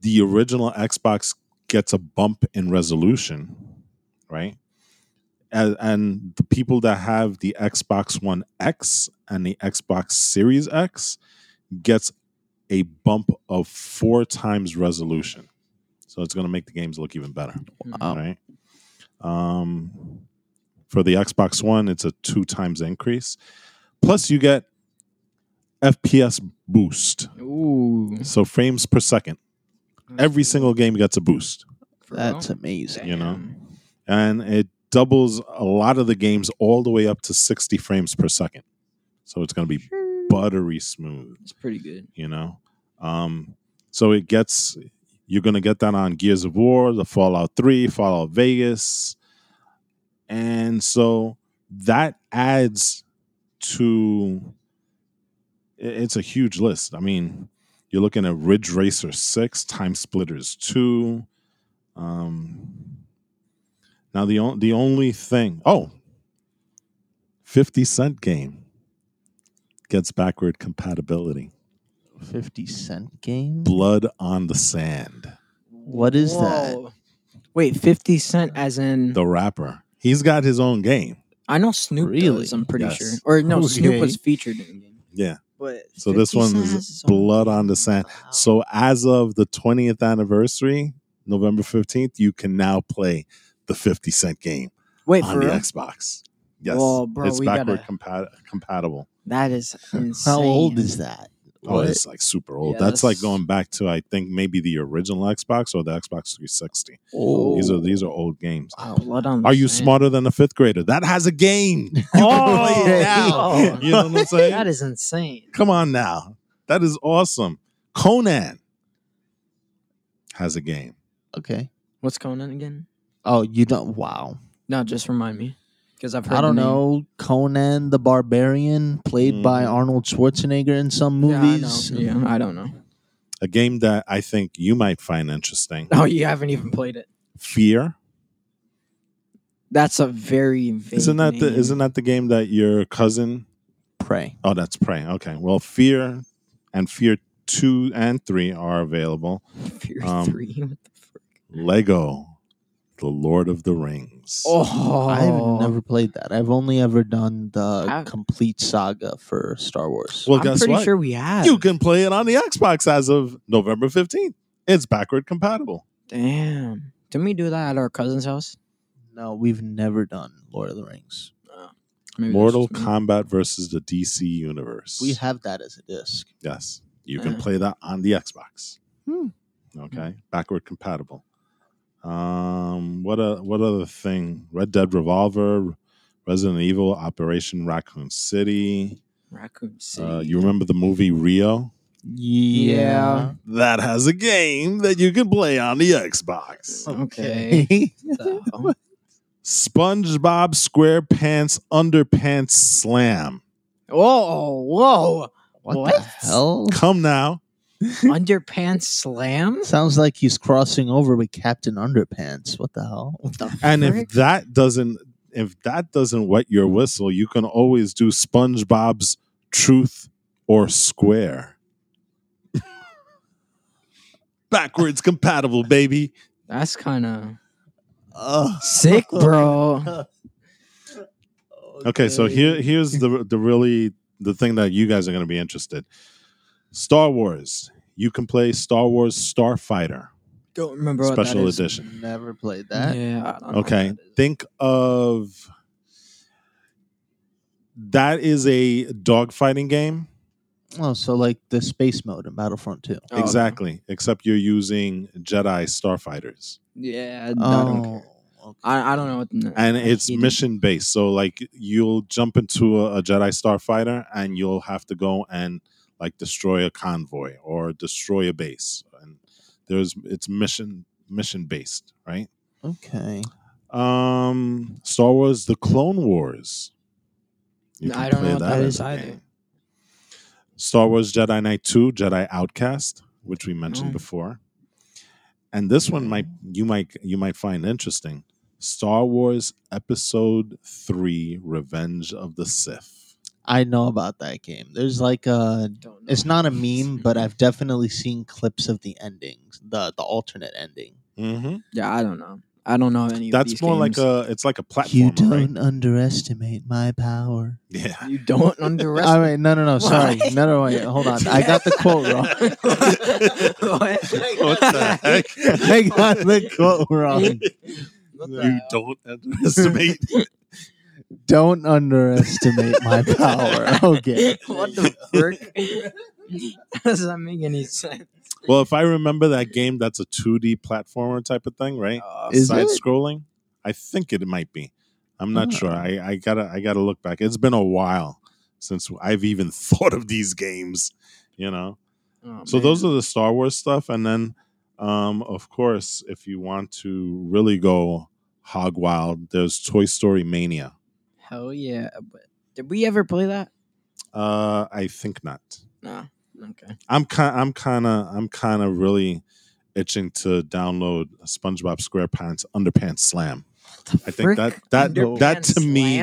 S1: The original Xbox gets a bump in resolution, right? And, and the people that have the Xbox One X and the Xbox Series X gets a bump of four times resolution. So it's going to make the games look even better
S3: Oh.
S1: right? Um, for the Xbox One, it's a two times increase. Plus, you get FPS boost,
S2: Hmm. Ooh,
S1: so frames per second. Every single game gets a boost,
S2: For real?
S3: That's amazing.
S1: you know?
S2: Damn.
S1: and it doubles a lot of the games all the way up to sixty frames per second. So it's going to be buttery smooth,
S2: It's pretty good.
S1: you know. Um, so it gets you're going to get that on Gears of War, the Fallout Three, Fallout Vegas, And so that adds to i- it's a huge list. I mean, You're looking at Ridge Racer 6, Time Splitters 2. Um, now, the, on, the only thing, oh, 50 Cent game gets backward compatibility.
S3: 50 Cent game?
S1: Blood on the Sand,
S2: Mm-hmm.
S3: What is that?
S2: Whoa. Wait, 50 Cent as in.
S1: the rapper. He's got his own game.
S2: I know Snoop
S3: Really?
S2: does, I'm pretty
S1: Yes.
S2: sure. Or no,
S3: Okay.
S2: Snoop was featured in the game.
S1: Yeah.
S2: But
S1: So this
S2: 50
S1: one
S2: Cent has
S1: is
S2: his own-
S1: Blood on the Sand.
S2: Oh.
S3: Wow.
S1: So as of the 20th anniversary, November 15th, you can now play the 50 Cent game
S2: Wait,
S1: on
S2: for
S1: the
S2: real?
S1: Xbox. Yes.
S2: Well, bro,
S1: it's
S2: we
S1: backward
S2: gotta-
S1: compat- compatible.
S2: That is insane.
S3: How old is that?
S1: Oh,
S3: What?
S1: it's like super old.
S2: Yeah,
S1: that's, like
S2: that's-
S1: going back to I think maybe the original Xbox or the Xbox 360.
S3: Oh.
S1: These are these are old games.
S3: Wow.
S2: Blood on the
S1: Are you
S2: Sand.
S1: smarter than a fifth grader? That has a game. You
S2: Oh,
S1: can play it now.
S2: oh.
S1: You know what I'm saying?
S2: That is insane.
S1: Come on now. That is awesome. Conan has a game.
S3: Okay.
S2: What's Conan again?
S3: Oh, you don't. Wow.
S2: No, just remind me because I've heard.
S3: I don't
S2: the name.
S3: know. Conan the Barbarian, played by
S1: Mhm.
S3: Arnold Schwarzenegger in some movies.
S2: Yeah, I know. Yeah, I don't know.
S1: A game that I think you might find interesting.
S2: Oh, you haven't even played it.
S1: Fear.
S2: That's a very vague
S1: Isn't that the
S2: name.
S1: isn't that the game that your cousin
S3: Prey.
S1: Oh, that's Prey. Okay. Well, Fear and Fear 2 and 3 are available.
S2: Fear
S1: um,
S2: Three? What the fuck?
S1: Lego The Lord of the Rings.
S2: Oh,
S3: I've never played that. I've only ever done the
S2: I've-
S3: complete saga for Star Wars.
S1: well,
S2: I'm
S1: guess
S2: pretty
S1: what?
S2: sure we have.
S1: you can play it on the Xbox as of November 15th. It's backward compatible.
S2: Damn. Didn't we do that at our cousin's house?
S3: No, we've never done Lord of the Rings.
S2: Maybe that's
S1: Mortal
S2: just me.
S1: Kombat versus the DC universe.
S3: We have that as a disc.
S1: Yes. You can
S2: Uh.
S1: play that on the Xbox.
S3: Hmm.
S1: Okay. Backward compatible. Um what a what other thing? Red Dead Revolver, Resident Evil, Operation Raccoon City.
S2: Raccoon City.
S1: Uh, you remember the movie Rio?
S2: Yeah.
S1: That has a game that you can play on the Xbox.
S2: Oh. Okay. So,
S1: SpongeBob SquarePants Underpants Slam.
S2: Oh, whoa.
S3: what, the
S2: What?
S3: hell?
S1: Come now.
S2: Underpants Slam?
S3: Sounds like he's crossing over with Captain Underpants. What the hell?
S2: What the
S1: And if
S2: frick?
S1: that doesn't if that doesn't wet your whistle, you can always do SpongeBob's Truth or Square. Backwards compatible, baby.
S2: That's kind of
S3: Ugh.
S2: sick, bro.
S1: Okay, so here here's the the really the thing that you guys are going to be interested. Star Wars. You can play Star Wars Starfighter.
S2: Don't remember what
S1: Special
S2: that is.
S1: edition.
S3: Never played that.
S2: Yeah. I don't know
S1: Okay.
S2: what Oh, that is.
S1: Think of that is a dogfighting game.
S3: Oh, so like the space mode in Battlefront 2.
S2: Oh, okay.
S1: Exactly. Except you're using Jedi starfighters.
S2: Yeah.
S3: Oh,
S2: I don't care.
S3: okay.
S2: I, I don't know what. The,
S1: And
S2: I
S1: it's
S2: hate it.
S1: mission based. So like you'll jump into a, a Jedi starfighter and you'll have to go and like destroy a convoy or destroy a base. And there's it's mission mission based, right?
S3: okay.
S1: Um Star Wars The Clone Wars.
S2: I don't know what that
S1: as
S2: is
S1: a
S2: either.
S1: game. Star Wars Jedi Knight 2, Jedi Outcast, which we mentioned
S2: Oh.
S1: before. And this one might you might you might find interesting. Star Wars Episode 3 Revenge of the Sith.
S3: I know about that game. There's like a
S2: Don't know.
S3: it's not a meme, but I've definitely seen clips of the endings, the the alternate ending.
S1: Mm-hmm.
S2: Yeah, I don't know. I don't know any. of
S1: That's
S2: these
S1: more
S2: games.
S1: like a it's like a platform,
S3: you don't
S1: right?
S3: underestimate my power.
S1: Yeah.
S2: You don't underestimate.
S3: All right, no, no, no. Sorry,
S2: What?
S3: no, no. Wait, hold on. I got the quote wrong.
S1: What the heck?
S3: I got the quote wrong.
S1: You don't underestimate
S3: Don't underestimate my power. Okay.
S2: What the frick? Does that make any sense?
S1: Well, if I remember that game, that's a 2D platformer type of thing, right?
S3: Oh.
S2: Oh,
S3: Is
S1: Side
S3: it?
S1: scrolling? I think it might be. I'm not
S3: Oh.
S1: sure. I, I gotta I gotta look back. It's been a while since I've even thought of these games, you know.
S3: Oh,
S2: oh,
S1: so those are the Star Wars stuff, and then um, of course, if you want to really go hog wild, there's Toy Story Mania.
S2: hell yeah. But did we ever play that?
S1: Uh, I think not.
S2: No. Okay.
S1: I'm kind. I'm kind of. I'm kind of really itching to download SpongeBob SquarePants Underpants Slam. I think that that that to me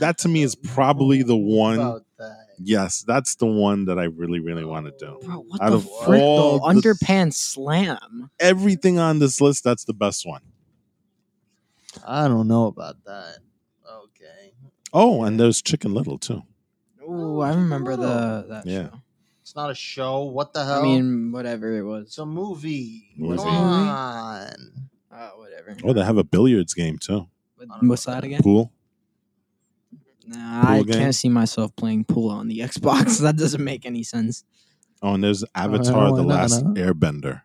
S1: that to me is probably the one.
S3: About that.
S1: Yes, that's the one that I really really want to do.
S2: Bro, what
S1: Out
S2: the
S1: of
S2: frick? though?
S1: all the-
S2: Underpants slam.
S1: Everything on this list, that's the best one.
S3: I don't know about that. Okay.
S1: Oh, and there's Chicken Little too.
S2: Ooh, I remember the that
S1: Yeah.
S2: show.
S3: It's not a show. What the hell?
S2: I mean, whatever it was.
S3: it's a movie.
S1: Movie.
S3: Come on.
S2: Uh, whatever.
S1: Oh, they have a billiards game too.
S2: What- What's that again?
S1: Pool.
S2: Nah, I
S1: Pool game?
S2: can't see myself playing pool on the Xbox. That doesn't make any sense.
S1: Oh, and there's Avatar: The
S3: no,
S1: Last
S3: no.
S1: Airbender.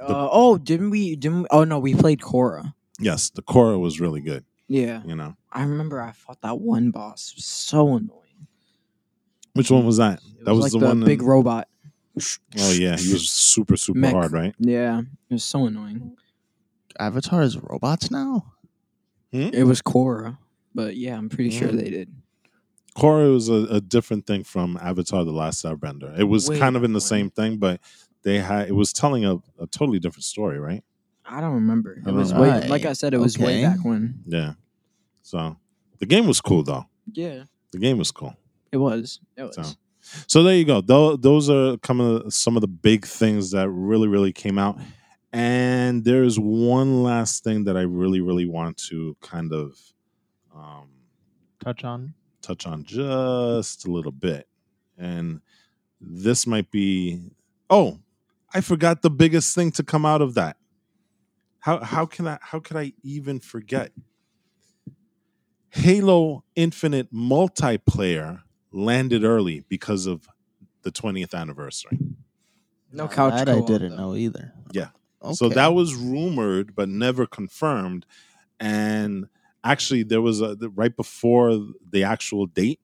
S2: Uh, oh, didn't we? Didn't we, oh no, we played Korra.
S1: Yes, the Korra was really good.
S2: Yeah,
S1: You know,
S2: I remember. I fought that one boss. It was so annoying.
S1: which one was that?
S2: It
S1: That was
S2: like
S1: the
S2: the
S1: one in-
S2: big robot.
S1: Oh yeah, he was super super
S2: Mech.
S1: hard, right?
S2: Yeah, it was so annoying.
S3: Avatar is robots now?
S2: It was Korra, but yeah, I'm pretty sure
S1: Mm.
S2: they did.
S1: Korra was a, a different thing from Avatar: The Last Airbender. It was
S2: Wait
S1: kind of in the
S2: a
S1: same thing, but they had it was telling a, a totally different story, right?
S2: I don't remember.
S1: I
S2: it was
S1: don't
S2: way,
S3: know.
S2: like I said, it was way
S3: Okay.
S2: back when.
S1: Yeah. So the game was cool though.
S2: Yeah,
S1: The game was cool.
S2: it was. It was.
S1: So, so there you go. Tho- Those are come of- some of the big things that really, really came out. And there is one last thing that I really, really want to kind of um,
S3: Touch on.
S1: touch on just a little bit. And this might be oh, I forgot the biggest thing to come out of that. How how can I how could I even forget? Halo Infinite multiplayer landed early because of the 20th anniversary.
S2: No
S3: Now
S2: couch
S3: That I
S2: co-op,
S3: didn't
S2: though.
S3: know either.
S1: Yeah.
S3: Okay.
S1: So that was rumored but never confirmed. And actually, there was a the- right before the actual date,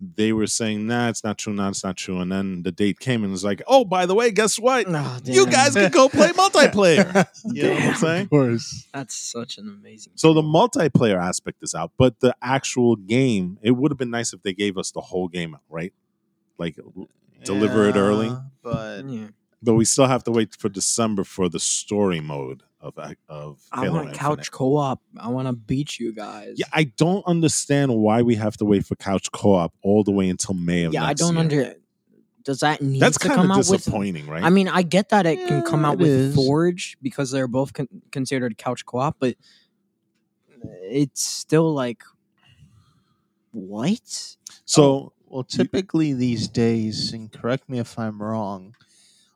S1: they were saying, "Nah, it's not true. Nah, it's not true." And then the date came and it was like, "Oh, by the way, guess
S3: Mm,
S1: what?
S2: Nah,
S1: You
S2: damn.
S1: guys can go play multiplayer." you know what I'm
S2: Damn.
S1: saying?
S3: course.
S2: That's such an amazing.
S1: So the multiplayer aspect is out, but the actual game, it would have been nice if they gave us the whole game, right? Like Deliver it early.
S3: But
S2: Yeah.
S1: But we still have to wait for December for the story mode of of
S2: I
S1: Halo
S2: want couch
S1: Infinite.
S2: co-op. I want to beat you guys.
S1: Yeah, I don't understand why we have to wait for couch co-op all the way until May of
S2: yeah. I
S1: next
S2: don't
S1: year.
S2: under. Does that need
S1: That's
S2: to
S1: kind
S2: come
S1: of
S2: out with?
S1: disappointing, right?
S2: I mean, I get that it can come
S3: Yeah,
S2: out
S3: it
S2: with
S3: is.
S2: Forge because they're both con- considered couch co-op, but it's still like what? Oh.
S1: so
S3: um, well, typically these days, and correct me if I'm wrong,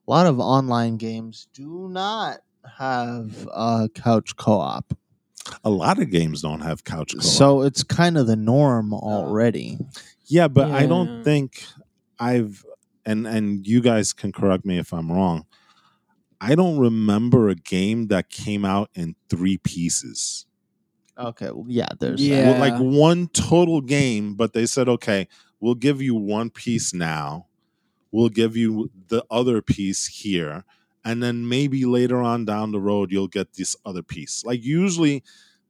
S3: a lot of online games do not have uh, couch co-op,
S1: a lot of games don't have couch co-op.
S3: so it's kind of the
S1: Oh.
S3: norm already.
S1: yeah, but I
S2: Yeah.
S1: don't think I've and and you guys can correct me if I'm wrong. I don't remember a game that came out in three pieces.
S3: Okay, well, yeah, there's
S2: Yeah.
S1: Well, like one total game, but they said, okay, we'll give you one piece now. We'll give you the other piece here. And then maybe later on down the road, you'll get this other piece. Like usually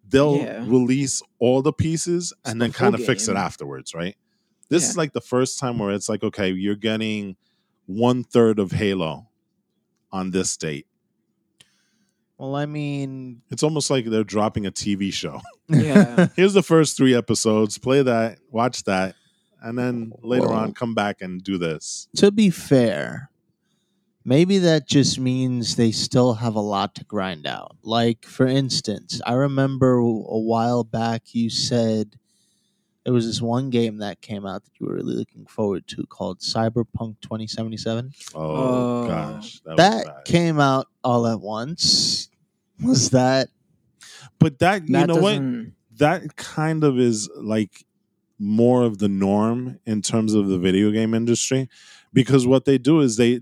S1: they'll
S2: Yeah.
S1: release all the pieces
S2: It's
S1: and
S2: the
S1: then kind of
S2: full
S1: fix it
S2: game.
S1: afterwards, right? This
S2: Yeah.
S1: is like the first time where it's like, okay, you're getting one third of Halo on this date.
S3: Well, I mean,
S1: It's almost like they're dropping a TV show.
S2: Yeah.
S1: here's the first three episodes play that watch that and then later
S3: Whoa.
S1: on come back and do this
S3: to be fair, maybe that just means they still have a lot to grind out. Like, for instance, I remember a while back you said there was this one game that came out that you were really looking forward to called Cyberpunk 2077.
S1: oh
S2: Oh.
S1: gosh that, was
S3: That
S1: bad.
S3: came out all at once. Was that
S1: but that you
S2: That
S1: know what
S2: doesn't-
S1: that kind of is like more of the norm in terms of the video game industry because what they do is they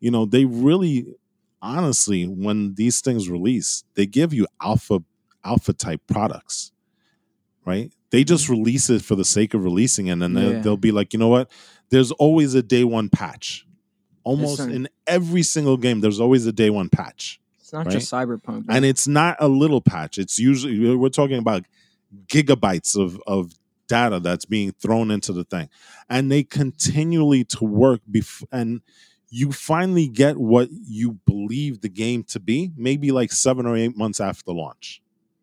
S1: you know they really honestly when these things release they give you alpha alpha type products right they just release it for the sake of releasing it and then
S2: Yeah.
S1: they'll, they'll be like you know what there's always a day one patch almost
S2: Listen.
S1: in every single game there's always a day one patch
S2: It's not just cyberpunk.
S1: and it's not a little patch it's usually we're talking about gigabytes of of data that's being thrown into the thing and they continually to work bef- and you finally get what you believe the game to be maybe like 7 or 8 months after launch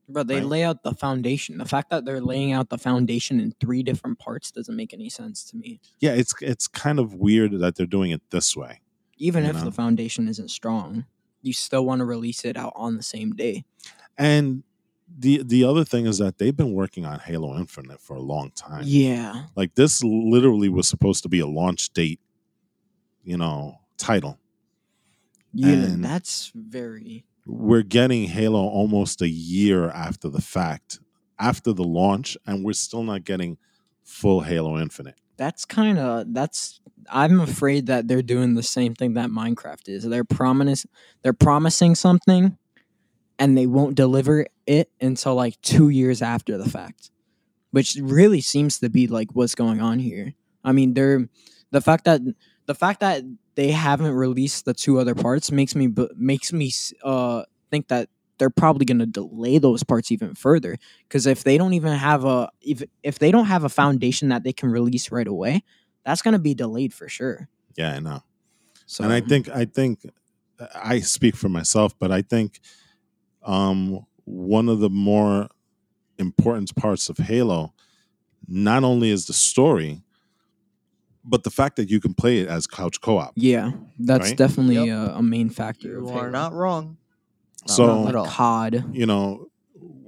S2: Bro, they
S1: Right.
S2: lay out the foundation. The fact that they're laying out the foundation in three different parts doesn't make any sense to me.
S1: yeah it's it's kind of weird that they're doing it this way
S2: Even
S1: You
S2: if
S1: know?
S2: the foundation isn't strong, you still want to release it out on the same day.
S1: and the the other thing is that they've been working on Halo Infinite for a long time
S2: Yeah.
S1: like this literally was supposed to be a launch date you know title
S2: Yeah.
S1: And-
S2: that's very
S1: we're getting Halo almost a year after the fact, after the launch, and we're still not getting full Halo Infinite.
S2: that's kind of that's i'm afraid that they're doing the same thing that minecraft is they're promise they're promising something and they won't deliver it until like two years after the fact which really seems to be like what's going on here i mean they're the fact that the fact that they haven't released the two other parts makes me b- makes me s- uh think that they're probably going to delay those parts even further because if they don't even have a if if they don't have a foundation that they can release right away that's going to be delayed for sure
S1: Yeah, I know.
S2: so
S1: And I think I think I speak for myself, but I think um, one of the more important parts of Halo not only is the story, but the fact that you can play it as couch co-op.
S2: yeah that's
S1: Right?
S2: definitely uh,
S3: Yep.
S2: a, a main factor
S3: You
S2: of
S3: are
S2: Halo.
S3: not wrong. Not
S1: So-
S3: wrong
S2: like
S3: at all.
S2: cod
S1: you know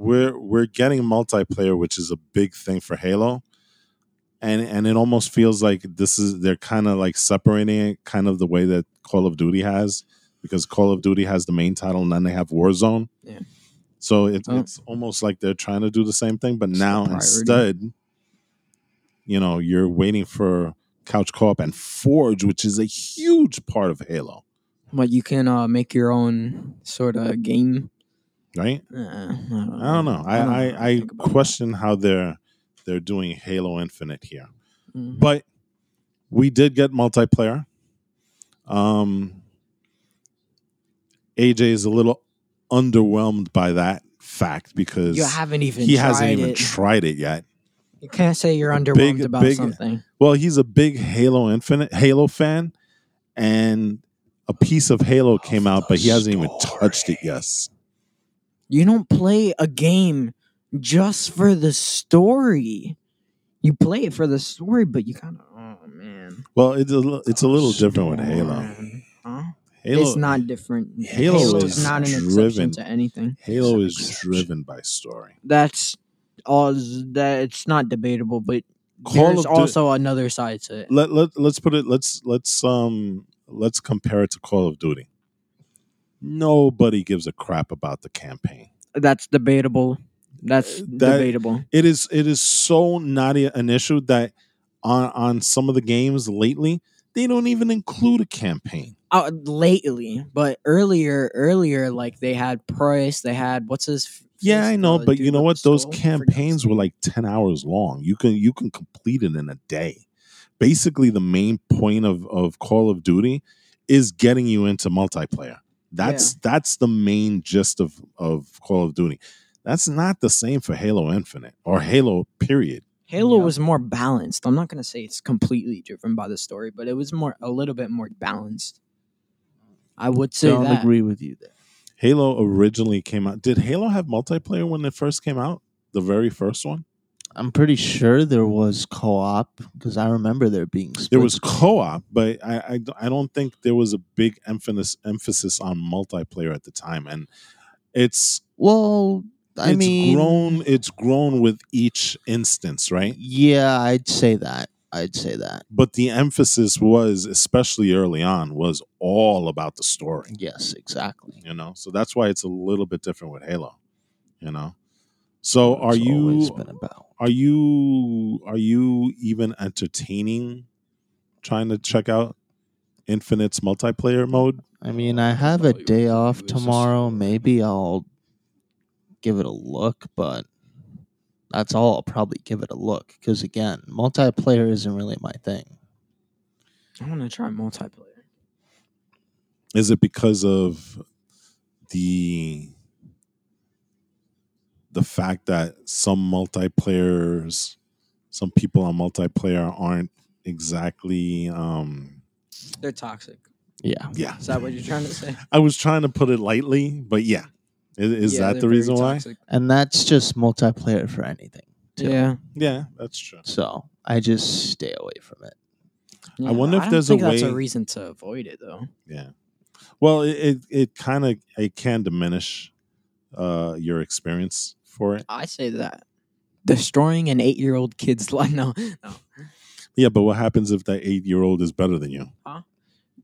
S1: we're we're getting multiplayer which is a big thing for halo and and it almost feels like this is they're kind of like separating it kind of the way that call of duty has because call of duty has the main title and then they have warzone
S2: Yeah.
S1: so it,
S2: Oh.
S1: it's almost like they're trying to do the same thing but
S2: It's the
S1: now
S2: priority.
S1: instead you know you're waiting for couch co-op and forge which is a huge part of halo
S2: but you can uh, make your own sort of game
S1: right
S2: uh, I, don't
S1: I don't know. I
S2: know
S1: I,
S2: what
S1: I,
S2: think about that.
S1: question how they're they're doing Halo Infinite here,
S2: Mm.
S1: but we did get multiplayer. Um, AJ is a little underwhelmed by that fact because
S2: you haven't even
S1: he
S2: tried
S1: hasn't even
S2: it.
S1: tried it yet.
S2: you can't say you're underwhelmed
S1: Big-
S2: about
S1: big-
S2: something
S1: Well, he's a big Halo Infinite Halo fan, and a piece of Halo came out, but he hasn't even touched it. Yes,
S2: you don't play a game just for the story you play it for the story but you kind of oh man
S1: well, it's a li- it's a little different with Halo.
S2: Huh?
S1: Halo
S2: It's not different.
S1: Halo
S2: Halo's
S1: is
S2: not an
S1: driven.
S2: exception to anything.
S1: Halo
S3: It's an
S1: is
S3: exception.
S1: driven by story.
S2: That's all. That it's not debatable, but there's
S1: Du-
S2: also another side to it.
S1: let, let let's put it let's let's um let's compare it to Call of Duty. Nobody gives a crap about the campaign.
S2: That's debatable. That's
S1: Uh, that-
S2: debatable.
S1: It is it is so not a- an issue that on on some of the games lately they don't even include a campaign.
S2: Uh, lately, but earlier, earlier, like they had Price, they had what's his. f-
S1: Yeah,
S2: face,
S1: I know,
S2: the
S1: but you
S2: dude
S1: know
S2: with
S1: what?
S2: the
S1: Those
S2: stole? Forgot his
S1: campaigns were
S2: name.
S1: like ten hours long. You can you can complete it in a day. Basically, the main point of of Call of Duty is getting you into multiplayer. That's that's the main gist of of Call of Duty. That's not the same for Halo Infinite or Halo. Period.
S2: Halo
S3: Yeah.
S2: was more balanced. I'm not gonna say it's completely driven by the story, but it was more a little bit more balanced. I would say
S3: Don't
S2: that.
S3: agree with you there.
S1: Halo originally came out. Did Halo have multiplayer when it first came out? The very first one.
S3: I'm pretty sure there was co-op because I remember there being. Split
S1: There was
S3: screen.
S1: co-op, but I, I I don't think there was a big emphasis emphasis on multiplayer at the time, and it's
S3: Well, I
S1: it's
S3: mean,
S1: grown it's grown with each instance right
S3: Yeah, I'd say that. I'd say that.
S1: but the emphasis was especially early on was all about the story
S3: Yes, exactly.
S1: you know so that's why it's a little bit different with halo you know so are
S3: It's always
S1: you
S3: been about?
S1: are you are you even entertaining trying to check out infinite's multiplayer mode
S3: I mean, I have a
S5: Probably
S3: day
S5: would
S3: off
S5: lose this-
S3: tomorrow. Maybe I'll give it a look, but that's all. I'll probably give it a look because again, multiplayer isn't really my thing.
S2: I want to try multiplayer.
S1: is it because of the the fact that some multiplayers some people on multiplayer aren't exactly um
S2: They're toxic.
S3: Yeah.
S1: yeah.
S2: Is that what you're trying to say?
S1: I was trying to put it lightly, but yeah. Is, is
S2: Yeah,
S1: that
S2: they're
S1: the
S2: very
S1: reason why?
S2: toxic.
S3: And that's just multiplayer for anything. too.
S2: Yeah.
S1: Yeah, that's true.
S3: So I just stay away from it.
S1: I wonder if
S2: don't
S1: there's a
S2: think that's
S1: way-
S2: a reason to avoid it though.
S1: Yeah. Well, it it, it kind of it can diminish uh your experience for it.
S2: I say that destroying an eight-year-old kid's life. No, no,
S1: Yeah, but what happens if that 8-year-old is better than you?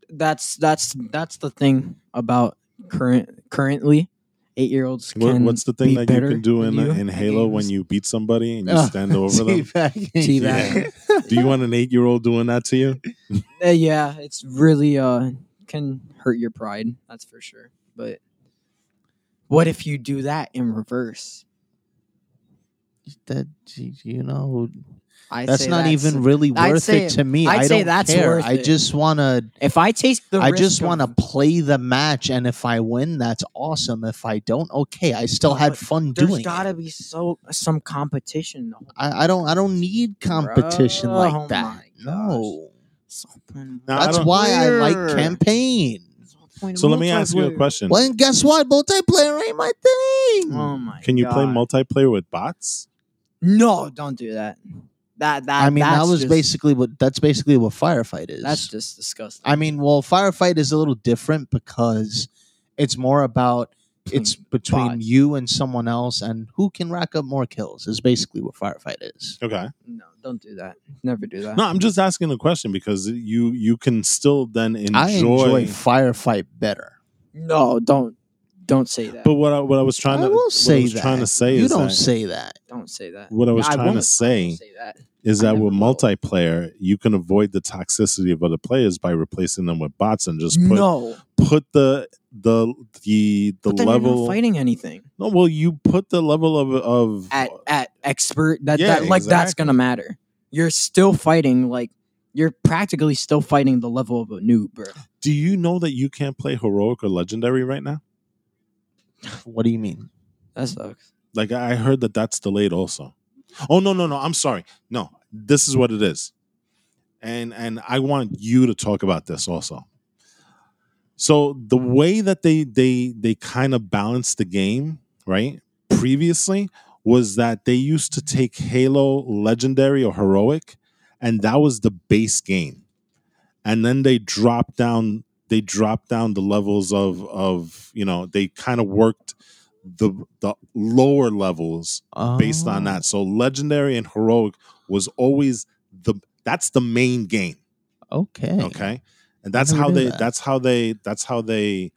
S2: that's that's that's the thing about current currently eight-year-olds
S1: What,
S2: can.
S1: what's the thing
S2: be
S1: that you
S2: better
S1: can do
S2: than
S1: in
S2: you
S1: in
S2: at
S1: Halo when
S2: games.
S1: you beat somebody and you
S3: Ah,
S1: stand over them?
S3: Teabagging.
S2: Teabagging.
S1: Do you want an 8-year-old doing that to you?
S2: Uh, yeah, it's really uh can hurt your pride. That's for sure. But what if you do that in reverse?
S3: That you know,
S2: I
S3: that's
S2: say
S3: not even really
S2: I'd
S3: worth
S2: say-
S3: it to me.
S2: I'd
S3: I
S2: say
S3: don't
S2: that's
S3: care.
S2: worth
S3: I
S2: it.
S3: just want to.
S2: If I take the,
S3: I
S2: risk
S3: just
S2: of-
S3: want to play the match, and if I win, that's awesome. If I don't, okay, I still
S2: No,
S3: had
S2: but
S3: fun
S2: There's
S3: doing
S2: gotta
S3: it.
S2: be so some competition. though.
S3: I, I don't. I don't need competition
S2: Bro,
S3: like
S2: oh
S3: that.
S2: my
S3: No,
S2: Something.
S1: Now, I
S3: that's
S1: don't-
S3: why I
S2: Weird.
S3: like campaign.
S2: Something
S1: So let me ask you a
S2: multiplayer.
S1: question.
S3: Well, and guess what? Multiplayer ain't my thing.
S2: Oh my!
S1: Can you play
S2: God.
S1: multiplayer with bots?
S2: No, don't do that. That that.
S3: I mean, that
S2: that's
S3: was
S2: just-
S3: basically what. That's basically what firefight is.
S2: That's just disgusting.
S3: I mean, well, firefight is a little different because it's more about it's between
S2: bots.
S3: you and someone else, and who can rack up more kills is basically what firefight is.
S1: Okay.
S2: no, don't do that. Never do that.
S1: No, I'm just asking a question because you you can still then
S3: I
S1: enjoy.
S3: enjoy firefight better.
S2: No, don't don't say that.
S1: but what I, what I was trying
S3: I
S1: to
S3: will
S1: what I
S3: say
S1: was
S3: that.
S1: trying to say
S3: you
S1: is
S3: don't
S1: that
S3: say that.
S2: don't say that.
S1: what I was trying to
S2: won't- I
S1: say
S2: won't say that.
S1: is
S2: I
S1: that
S2: never
S1: with
S2: will.
S1: multiplayer you can avoid the toxicity of other players by replacing them with bots and just put
S2: no,
S1: put the the the the
S2: but then you're not
S1: level.
S2: fighting anything
S1: No, well, you put the level of of
S2: at at expert. That
S1: Yeah,
S2: that like that's gonna matter. You're still fighting like. You're practically still fighting the level of a noob, bro.
S1: Do you know that you can't play heroic or legendary right now?
S3: What do you mean?
S2: That sucks.
S1: Like I heard that that's delayed also. Oh no no no! I'm sorry. No, this is what it is, and and I want you to talk about this also. So the way that they they they kind of balanced the game right previously was that they used to take Halo Legendary or Heroic, and that was the base game, and then they dropped down they dropped down the levels of of you know they kind of worked the the lower levels based on
S3: Oh.
S1: that. So legendary and heroic was always the that's the main game.
S3: Okay.
S1: Okay. And that's
S3: never
S1: how
S3: knew
S1: they
S3: that.
S1: that's how they that's how they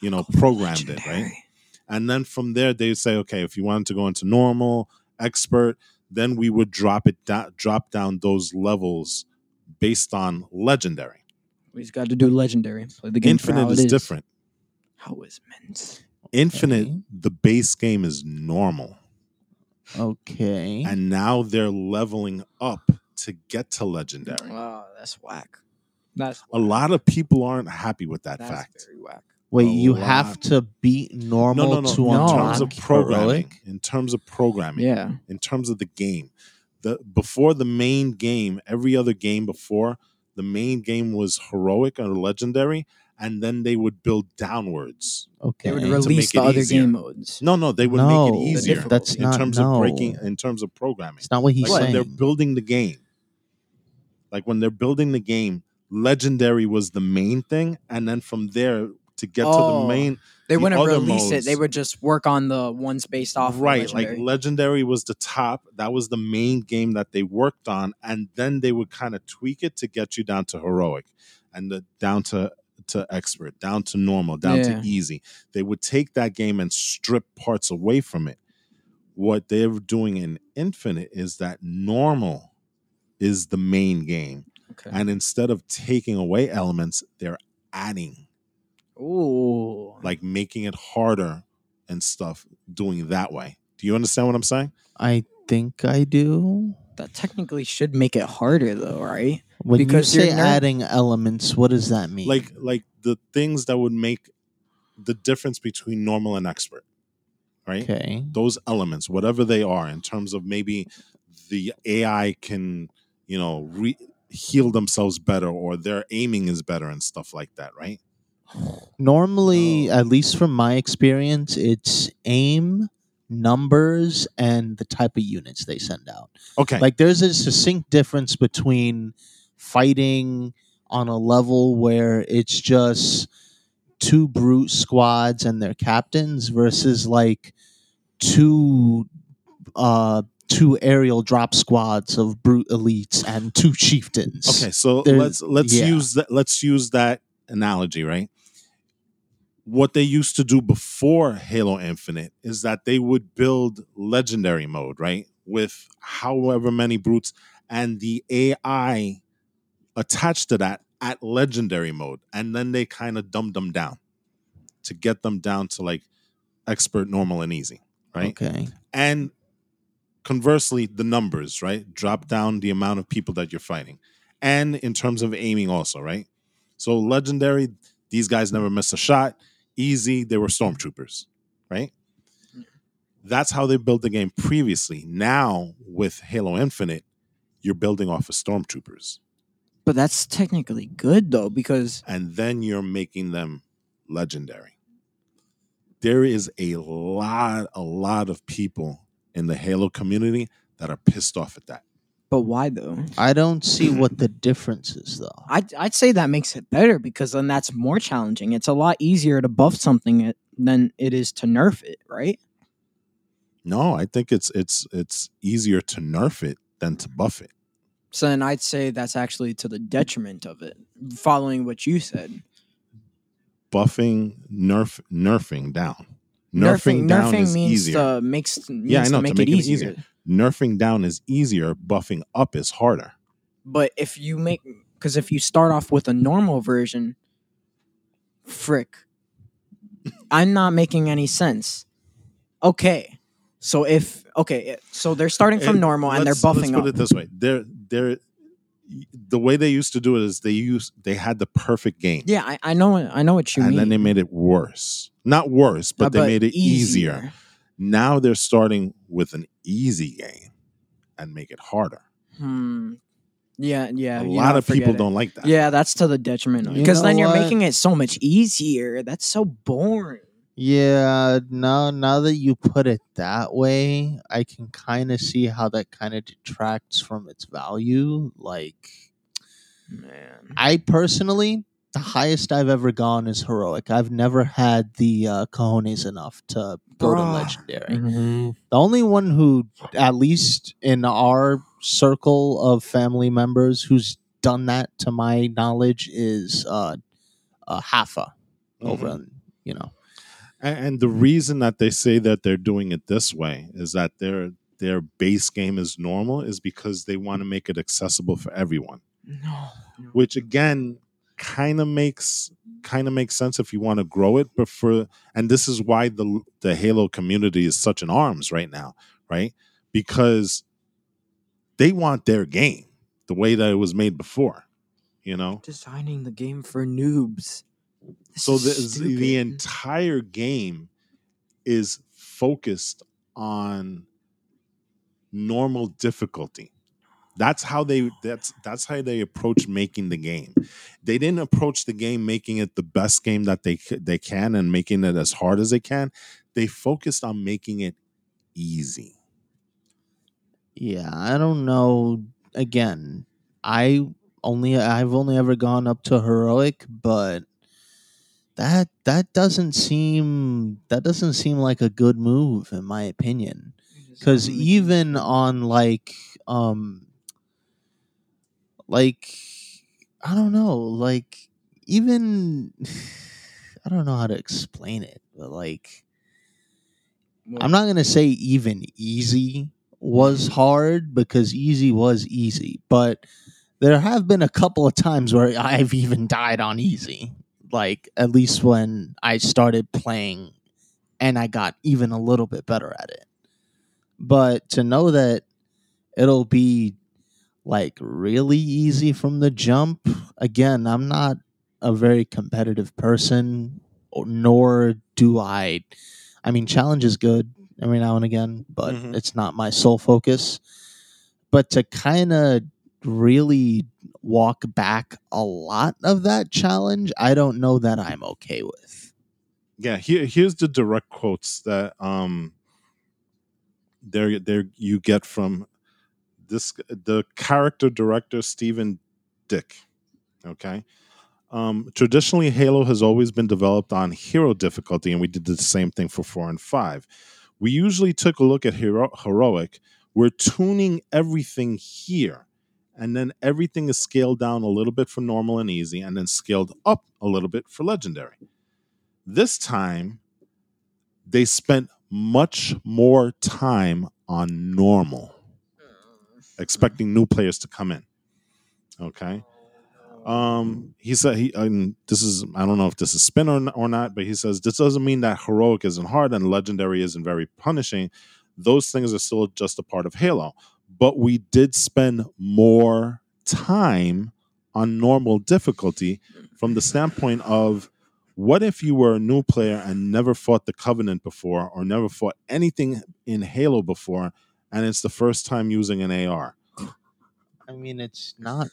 S1: you know programmed it, right? And then from there they say, okay, if you wanted to go into normal, expert, then we would drop it down drop down those levels based on legendary.
S2: We just got to do legendary. Play the game. for
S1: Infinite
S2: how
S1: is,
S2: it
S1: different.
S2: How is meant?
S1: Infinite,
S3: Okay.
S1: the base game is normal.
S3: Okay.
S1: And now they're leveling up to get to legendary.
S2: Wow, Oh, that's whack. That's
S1: a lot of people aren't happy with that
S2: that's
S1: fact.
S2: very whack.
S3: Wait,
S1: a
S3: you
S1: lot.
S3: have to beat normal
S1: No, no, no.
S3: to
S1: in
S2: No,
S1: terms
S3: unlock
S1: of programming,
S3: heroic?
S1: in terms of programming,
S2: Yeah,
S1: in terms of the game, the before the main game, every other game before the main game was heroic or legendary, and then they would build downwards.
S3: Okay.
S2: they would
S1: To
S2: release
S1: make it
S2: the other
S1: easier.
S2: game modes.
S1: No, no, they would
S3: no,
S1: make it easier
S2: difficult.
S3: that's
S1: in
S3: not
S1: terms
S3: no.
S1: of breaking, in terms of programming.
S3: It's not what he's
S1: Like when
S3: saying.
S1: they're building the game, like when they're building the game, legendary was the main thing, and then from there to get to
S2: Oh.
S1: the main
S2: They
S1: the
S2: wouldn't
S1: other
S2: release it.
S1: modes.
S2: They would just work on the ones based off. of
S1: right
S2: legendary.
S1: like legendary was the top that was the main game that they worked on and then they would kind of tweak it to get you down to heroic and the, down to to expert down to normal down
S2: Yeah.
S1: to easy they would take that game and strip parts away from it what they're doing in infinite is that normal is the main game
S2: okay.
S1: and instead of taking away elements they're adding
S2: Ooh,
S1: like making it harder and stuff doing that way do you understand what i'm saying
S3: I think I do.
S2: that technically should make it harder, though, right?
S3: When
S2: Because
S3: you
S2: you're
S3: say
S2: ner-
S3: adding elements, what does that mean?
S1: like like the things that would make the difference between normal and expert right
S3: okay,
S1: those elements whatever they are in terms of maybe the AI can, you know, re- heal themselves better or their aiming is better and stuff like that, right?
S3: Normally,
S2: Oh.
S3: at least from my experience, it's aim, numbers, and the type of units they send out.
S1: Okay.
S3: Like there's a succinct difference between fighting on a level where it's just two brute squads and their captains versus like two uh two aerial drop squads of brute elites and two chieftains.
S1: Okay, so
S3: There-
S1: let's let's
S3: yeah.
S1: use that let's use that analogy, right? What they used to do before Halo Infinite is that they would build legendary mode, right? With however many brutes and the AI attached to that at legendary mode. And then they kind of dumb them down to get them down to like expert, normal, and easy, right?
S3: Okay.
S1: and conversely the numbers right drop down the amount of people that you're fighting and in terms of aiming also right so legendary these guys never missed a shot easy they were stormtroopers right that's how they built the game previously now with halo infinite you're building off of stormtroopers
S2: But that's technically good though, because
S1: and then you're making them legendary. There is a lot, a lot of people in the Halo community that are pissed off at that.
S2: but why though?
S3: I don't see what the difference is though.
S2: I'd, I'd say that makes it better because then that's more challenging. It's a lot easier to buff something it, than it is to nerf it, right?
S1: No, I think it's it's it's easier to nerf it than to buff it.
S2: So then I'd say that's actually to the detriment of it, following what you said.
S1: Buffing, nerf, nerfing down. Nerfing, down
S2: nerfing
S1: is
S2: means
S1: easier.
S2: to makes means
S1: I know,
S2: to make, it, easier.
S1: nerfing down is easier. Buffing up is harder.
S2: But if you make because if you start off with a normal version, frick, I'm not making any sense. Okay, so if okay, eh, so they're starting from
S1: It-
S2: normal and they're
S1: Eh, let's- let's
S2: buffing
S1: put
S2: up.
S1: it this way: they're they're the way they used to do it is they use they had the perfect game.
S2: Yeah, I, I know. I know what you
S1: and
S2: mean.
S1: then they made it worse. Not worse, but
S2: Uh,
S1: they made it easier. Now they're starting with an easy game and make it harder.
S2: Hmm. Yeah, yeah.
S1: a
S2: you
S1: lot
S2: know,
S1: of people
S2: forget it.
S1: don't like that.
S2: Yeah, that's to the detriment
S3: You
S2: because then
S3: know
S2: you're
S3: what?
S2: making it so much easier. That's so boring.
S3: Yeah, now now that you put it that way, I can kind of see how that kind of detracts from its value. Like
S2: Man.
S3: I personally, the highest I've ever gone is heroic. I've never had the uh, cojones enough to build
S2: Bruh.
S3: a
S2: Mm.
S3: legendary. The only one who, at least in our circle of family members, who's done that to my knowledge is uh, uh, Hafa over in you know.
S1: And, and the reason that they say that they're doing it this way is that their their base game is normal is because they want to make it accessible for everyone,
S2: No.
S1: which again kind of makes kind of makes sense if you want to grow it but for and this is why the the halo community is such an arms right now right because they want their game the way that it was made before you know
S2: Designing the game for noobs. This
S1: so
S2: is
S1: the, the
S2: stupid.
S1: entire game is focused on normal difficulty that's how they that's that's how they approach making the game they didn't approach the game making it the best game that they c- they can and making it as hard as they can they focused on making it easy
S3: Yeah, I don't know. Again, I only I've only ever gone up to heroic, but that that doesn't seem that doesn't seem like a good move in my opinion. Because even on like um like I don't know, like even I don't know how to explain it, but like I'm not gonna say even easy was hard because easy was easy, but there have been a couple of times where I've even died on easy. Like at least when I started playing and I got even a little bit better at it. But to know that it'll be like really easy from the jump, again, I'm not a very competitive person, or- nor do I. I mean, challenge is good every now and again, but
S1: Mhm.
S3: it's not my sole focus. but to kind of really walk back a lot of that challenge, I don't know that I'm okay with.
S1: yeah here, here's the direct quotes that um there there you get from this the character director stephen dick okay um traditionally halo has always been developed on hero difficulty and we did the same thing for four and five we usually took a look at hero- heroic we're tuning everything here and then everything is scaled down a little bit for normal and easy and then scaled up a little bit for legendary this time they spent much more time on normal expecting new players to come in okay um he said he and this is i don't know if this is spin or, or not but he says this doesn't mean that heroic isn't hard and legendary isn't very punishing those things are still just a part of halo but we did spend more time on normal difficulty from the standpoint of what if you were a new player and never fought the covenant before or never fought anything in halo before and it's the first time using an ar
S3: I mean, it's not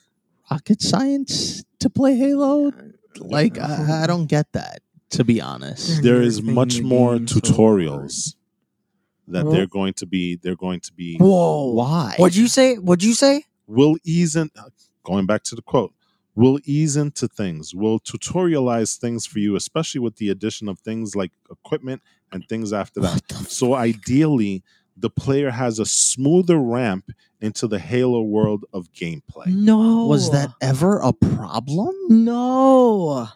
S3: rocket science to play Halo. Like, I, I don't get that, to be honest.
S1: there
S2: Another
S1: is
S2: thing
S1: much
S2: the
S1: more
S2: game so
S1: tutorials that
S2: Well-
S1: they're going to be they're going to be
S2: Whoa!
S3: Why?
S5: What'd you say? What'd you say?
S1: will ease in going back to the quote will ease into things will tutorialize things for you especially with the addition of things like equipment and things after that
S5: What the f-
S1: so ideally the player has a smoother ramp into the halo world of
S2: Mm.
S1: gameplay
S5: no.
S3: Was that ever a problem?
S5: no?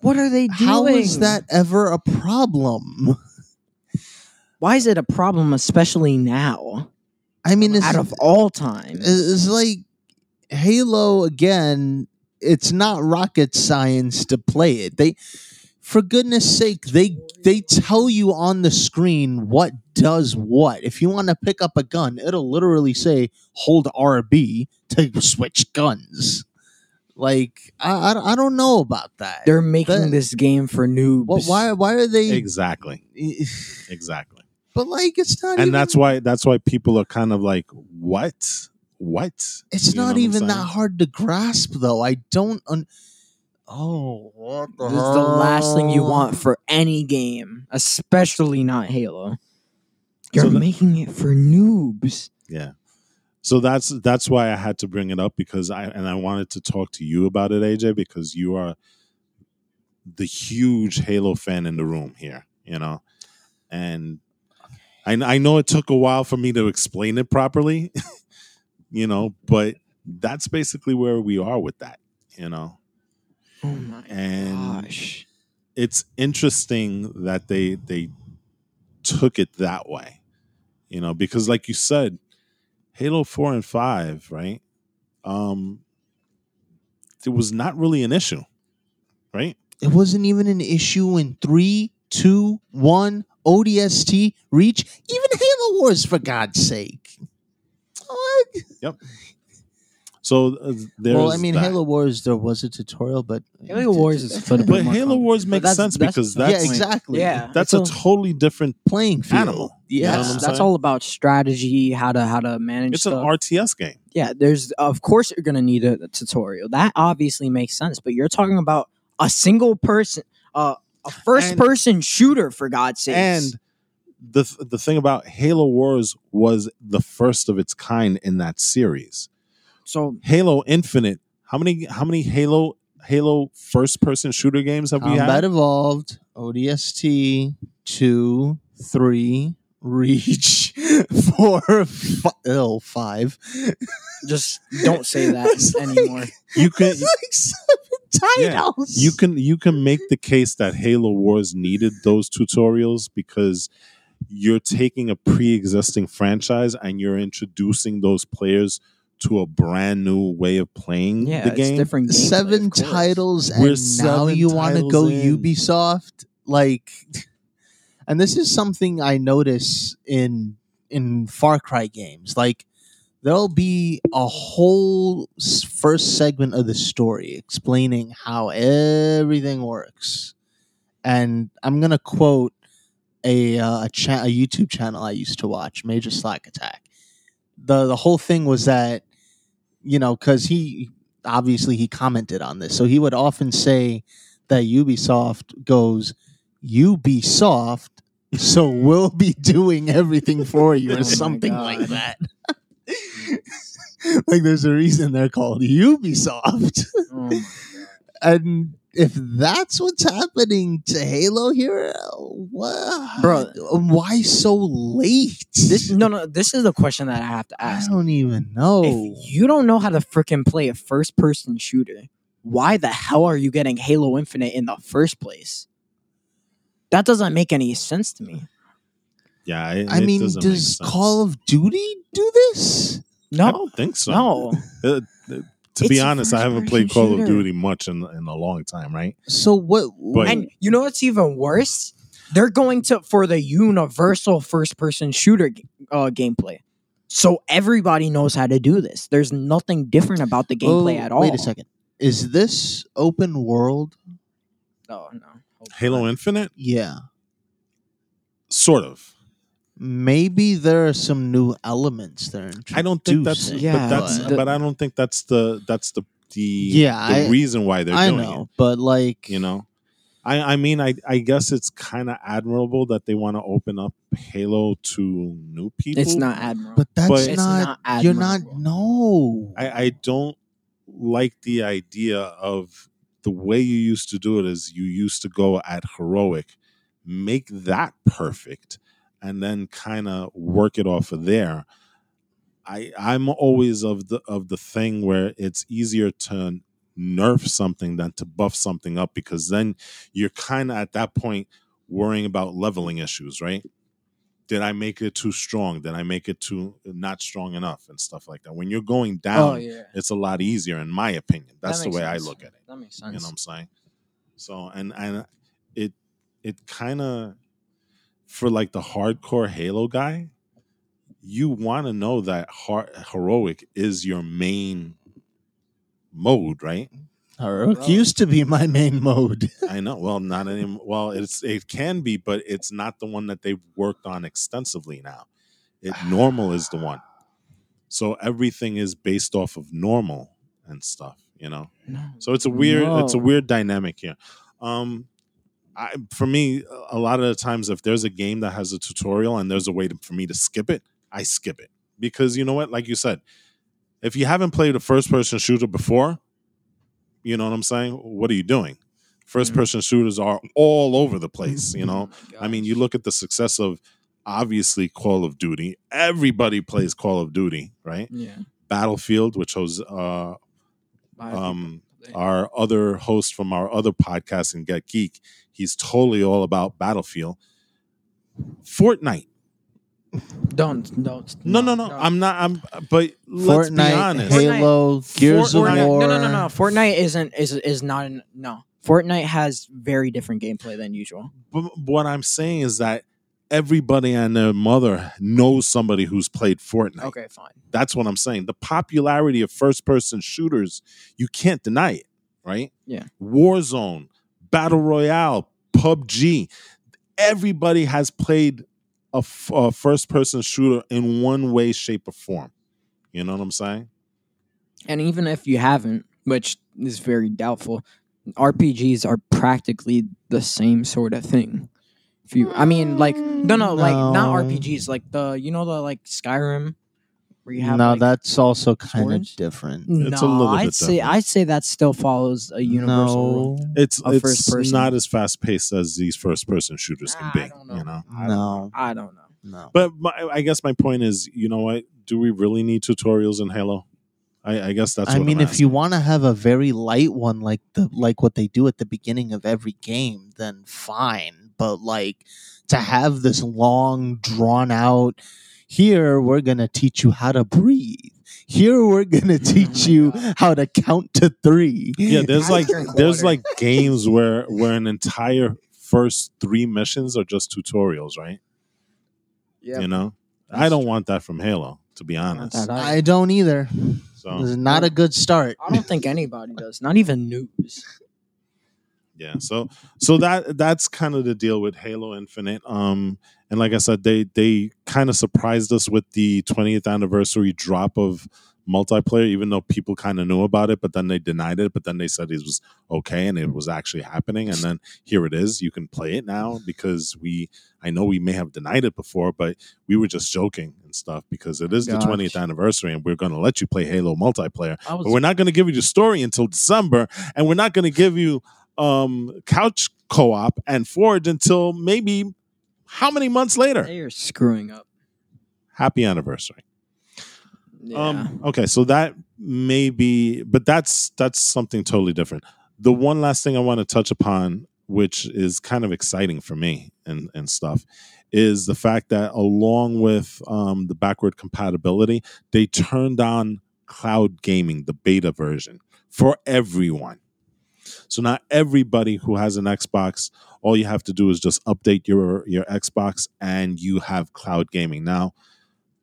S5: What are they doing?
S3: Hmm. How was that ever a problem?
S2: Why is it a problem, especially now?
S3: I mean, it's,
S2: Out of all time,
S3: it's like Halo again. It's not rocket science to play it. They, for goodness sake, they they tell you on the screen what does what. If you want to pick up a gun, it'll literally say hold RB to switch guns. Like I, I, I don't know about that.
S2: they're making
S3: That-
S2: this game for noobs.
S3: Wh- why why are they? e,
S1: exactly exactly
S3: But like it's not. even,
S1: and that's why that's why people are kind of like what what
S3: It's
S1: You know what
S3: not
S1: I'm
S3: even that
S1: saying?
S3: hard to grasp, though. I don't. Un- oh, what the
S2: This is the last thing you
S3: hell?
S2: want for any game, especially not Halo. You're
S1: So the-
S2: making it for noobs.
S1: Yeah. So that's that's why I had to bring it up because I and I wanted to talk to you about it, AJ, because you are the huge Halo fan in the room here, you know. And I I know it took a while for me to explain it properly, you know, but that's basically where we are with that, you know.
S2: Oh my
S1: And-
S2: gosh.
S1: It's interesting that they they took it that way, you know, because like you said, Halo 4 and 5, right? um, it was not really an issue, right?
S3: It wasn't even an issue in three, two, one. ODST, Reach, even Halo Wars, for God's sake. What?
S1: So uh, there's
S3: Well, I mean,
S1: that.
S3: Halo Wars, there was a tutorial, but
S2: Halo Wars is for the
S1: but
S2: More
S1: Halo Wars
S2: complicated.
S1: makes
S2: But that's-
S1: sense
S2: that's-
S1: because
S2: yeah,
S1: that's
S3: yeah, exactly.
S2: Yeah,
S1: that's a
S2: it's
S1: totally different.
S3: playing field.
S1: Animal. You know
S3: Yeah,
S1: what I'm
S2: that's
S1: saying?
S2: all about strategy, how to how to manage.
S1: It's an
S2: stuff.
S1: RTS game.
S2: Yeah, there's of course you're gonna need a, tutorial. That obviously makes sense, but you're talking about a single person, uh, a first person shooter for God's sake.
S1: And the th- the thing about Halo Wars was the first of its kind in that series.
S2: so
S1: Halo Infinite. How many how many Halo Halo first person shooter games have we
S3: Combat
S1: had?
S3: Evolved, ODST, two, three, Reach, four, fi- oh, five.
S2: just don't say that
S3: It's like-
S2: anymore.
S1: You can
S3: It's like seven
S1: Yeah,
S3: titles.
S1: you can you can make the case that Halo Wars needed those tutorials because you're taking a pre-existing franchise and you're introducing those players to a brand new way of playing
S2: yeah,
S1: the
S2: it's
S1: game.
S2: different. gameplay,
S3: seven
S2: of course.
S3: titles, and
S1: We're
S3: now
S1: seven
S3: you want to
S1: titles
S3: go
S1: in.
S3: Ubisoft. Like, and this is something I notice in in Far Cry games. Like, there'll be a whole s- first segment of the story explaining how everything works, and I'm gonna quote a uh, a, cha- a YouTube channel I used to watch, Major Slack Attack. the the whole thing was that you know because he obviously he commented on this, so he would often say that Ubisoft goes Ubisoft, so we'll be doing everything for you
S6: Oh
S3: or
S6: my
S3: something like
S6: God.
S3: that. like there's a reason they're called Ubisoft.
S6: Oh my-
S3: and if that's what's happening to Halo here, what,
S2: Bro.
S3: Why so late?
S2: This no no. This is the question that I have to
S3: I
S2: ask.
S3: don't even
S1: Oh.
S3: know.
S2: If you don't know how to freaking play a first person shooter, why the hell are you getting Halo Infinite in the first place? That doesn't make any sense to me.
S1: Yeah, it,
S3: I
S1: it
S3: mean,
S1: doesn't make
S3: does
S1: sense.
S3: Call of Duty do this?
S1: I
S2: No,
S1: don't think so.
S2: no.
S1: Uh, uh, to
S2: It's
S1: be
S2: a
S1: honest, I haven't
S2: first-person
S1: played Call of
S2: shooter.
S1: Duty much in in a long time, right?
S3: So what?
S1: But-
S2: And you know what's even worse? They're going to for the universal first-person shooter g- uh, gameplay. So everybody knows how to do this. There's nothing different about the gameplay
S3: Oh,
S2: at all.
S3: Wait a second. Is this open world?
S2: No, Oh, no.
S1: Halo Infinite,
S3: Yeah.
S1: sort of.
S3: Maybe there are some new elements there.
S1: I don't think that's
S3: Introducing.
S1: but
S2: Yeah,
S1: that's
S3: but-
S1: but I don't think that's the that's the the
S3: Yeah,
S1: the
S3: I-
S1: reason why they're
S3: I
S1: doing
S3: know, but like
S1: it. You know, I I mean I I guess it's kind of admirable that they want to open up Halo to new people.
S2: It's not admiral.
S3: but that's
S1: But-
S2: it's
S3: not.
S2: not,
S3: you're
S2: admirable.
S3: not. No.
S1: I I don't like the idea of the way you used to do it. Is you used to go at heroic, make that perfect, and then kind of work it off of there. I I'm always of the of the thing where it's easier to nerf something than to buff something up because then you're kind of at that point worrying about leveling issues, right? Did I make it too strong? Did I make it too not strong enough and stuff like that? When you're going down,
S6: Oh yeah.
S1: it's a lot easier in my opinion. That's the
S6: makes
S1: way I
S6: sense.
S1: look at it.
S6: That makes
S1: You
S6: sense.
S1: know what I'm saying? So and and it it kind of for like the hardcore Halo guy, you want to know that har heroic is your main mode, right?
S3: Heroic
S6: Bro.
S3: used to be my main mode.
S1: I know. Well, not anymore. Well, it's it can be, but it's not the one that they've worked on extensively now. It normal is the one. So everything is based off of normal and stuff, you know.
S2: No.
S1: So it's a weird it's a
S2: No.
S1: weird dynamic here. Um I, for me, a lot of the times, if there's a game that has a tutorial and there's a way to, for me to skip it, I skip it because you know what? Like you said, if you haven't played a first-person shooter before, you know what I'm saying. What are you doing?
S6: Mm-hmm.
S1: First-person shooters are all over the place. You know, I mean, you look at the success of obviously Call of Duty. Everybody plays Call of Duty, right?
S6: Yeah.
S1: Battlefield, which was uh,
S6: I think
S1: um,
S6: that-
S1: our other host from our other podcast and Get Geek, he's totally all about Battlefield. Fortnite.
S6: don't don't.
S1: No, no, no. I'm not. I'm. But let's be
S3: Fortnite,
S1: honest.
S3: Halo, Gears
S2: Fortnite,
S3: of War.
S2: no, no, no, no. Fortnite isn't is is not an, no. Fortnite has very different gameplay than usual.
S1: But what I'm saying is that everybody and their mother knows somebody who's played Fortnite.
S2: Okay, fine.
S1: That's what I'm saying. The popularity of first person shooters, you can't deny it, right?
S2: Yeah.
S1: Warzone, Battle Royale, PUBG. Everybody has played a, first person shooter in one way, shape, or form. You know what I'm saying?
S6: And
S2: And even if you haven't, which is very doubtful, RPGs are practically the same sort of thing. If you, I mean, like no, no, like
S3: No.
S2: not RPGs, like the you know the like Skyrim, where you have
S3: No,
S2: like,
S3: that's also kind of
S2: swords?
S3: different.
S1: It's a
S2: Nah,
S1: little bit
S2: I'd say
S1: different.
S2: I'd say that still follows a universal rule.
S3: no,
S1: It's,
S2: A
S1: it's
S2: first-person.
S1: not as fast paced as these first person shooters can
S2: Ah,
S1: be,
S2: I don't know.
S1: you know?
S3: no,
S2: I don't know.
S3: no.
S1: But my, I guess my point is, you know what? Do we really need tutorials in Halo? I, I guess that's
S3: I
S1: what
S3: mean,
S1: I'm
S3: if you want to have a very light one, like the like what they do at the beginning of every game, then fine. But like to have this long, drawn out. Here we're gonna teach you how to breathe. Here we're gonna teach
S6: my
S3: you
S6: God.
S3: how to count to three.
S1: Oh yeah there's
S2: I
S1: like
S2: drink
S1: there's
S2: water.
S1: like games where where an entire first three missions are just tutorials right
S6: Yeah.
S1: you know
S6: That's
S1: i don't want that from halo to be honest
S2: that
S3: I don't either. This
S1: so
S3: is not a good start.
S2: I don't think anybody does. Not even noobs.
S1: yeah so so that that's kind of the deal with halo infinite um and like i said they they kind of surprised us with the 20th anniversary drop of multiplayer even though people kind of knew about it but then they denied it but then they said it was okay and it was actually happening and then here it is you can play it now because we i know we may have denied it before but we were just joking and stuff because it is
S2: Gosh.
S1: the 20th anniversary and we're going to let you play halo multiplayer
S2: I was
S1: but we're not going to give you the story until December, and we're not going to give you um, couch co-op and forge until maybe how many months later?
S2: they are screwing up.
S1: Happy anniversary.
S2: Yeah.
S1: Um, okay, so that may be, but that's that's something totally different. The one last thing I want to touch upon, which is kind of exciting for me and and stuff, is the fact that along with um, the backward compatibility, they turned on cloud gaming, the beta version for everyone. So now everybody who has an Xbox, all you have to do is just update your your Xbox, and you have cloud gaming now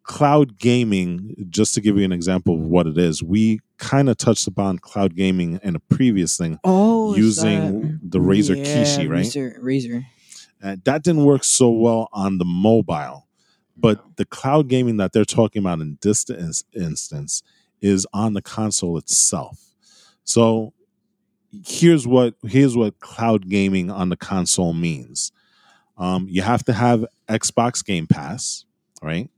S1: cloud gaming just to give you an example of what it is we kind of touched upon cloud gaming in a previous thing
S5: Oh, is that-
S1: using the razor
S5: Yeah,
S1: kishi right
S2: Razor, razor.
S1: Uh, that didn't work so well on the mobile but the cloud gaming that they're talking about in this ins- instance is on the console itself so here's what here's what cloud gaming on the console means um, you have to have xbox game pass right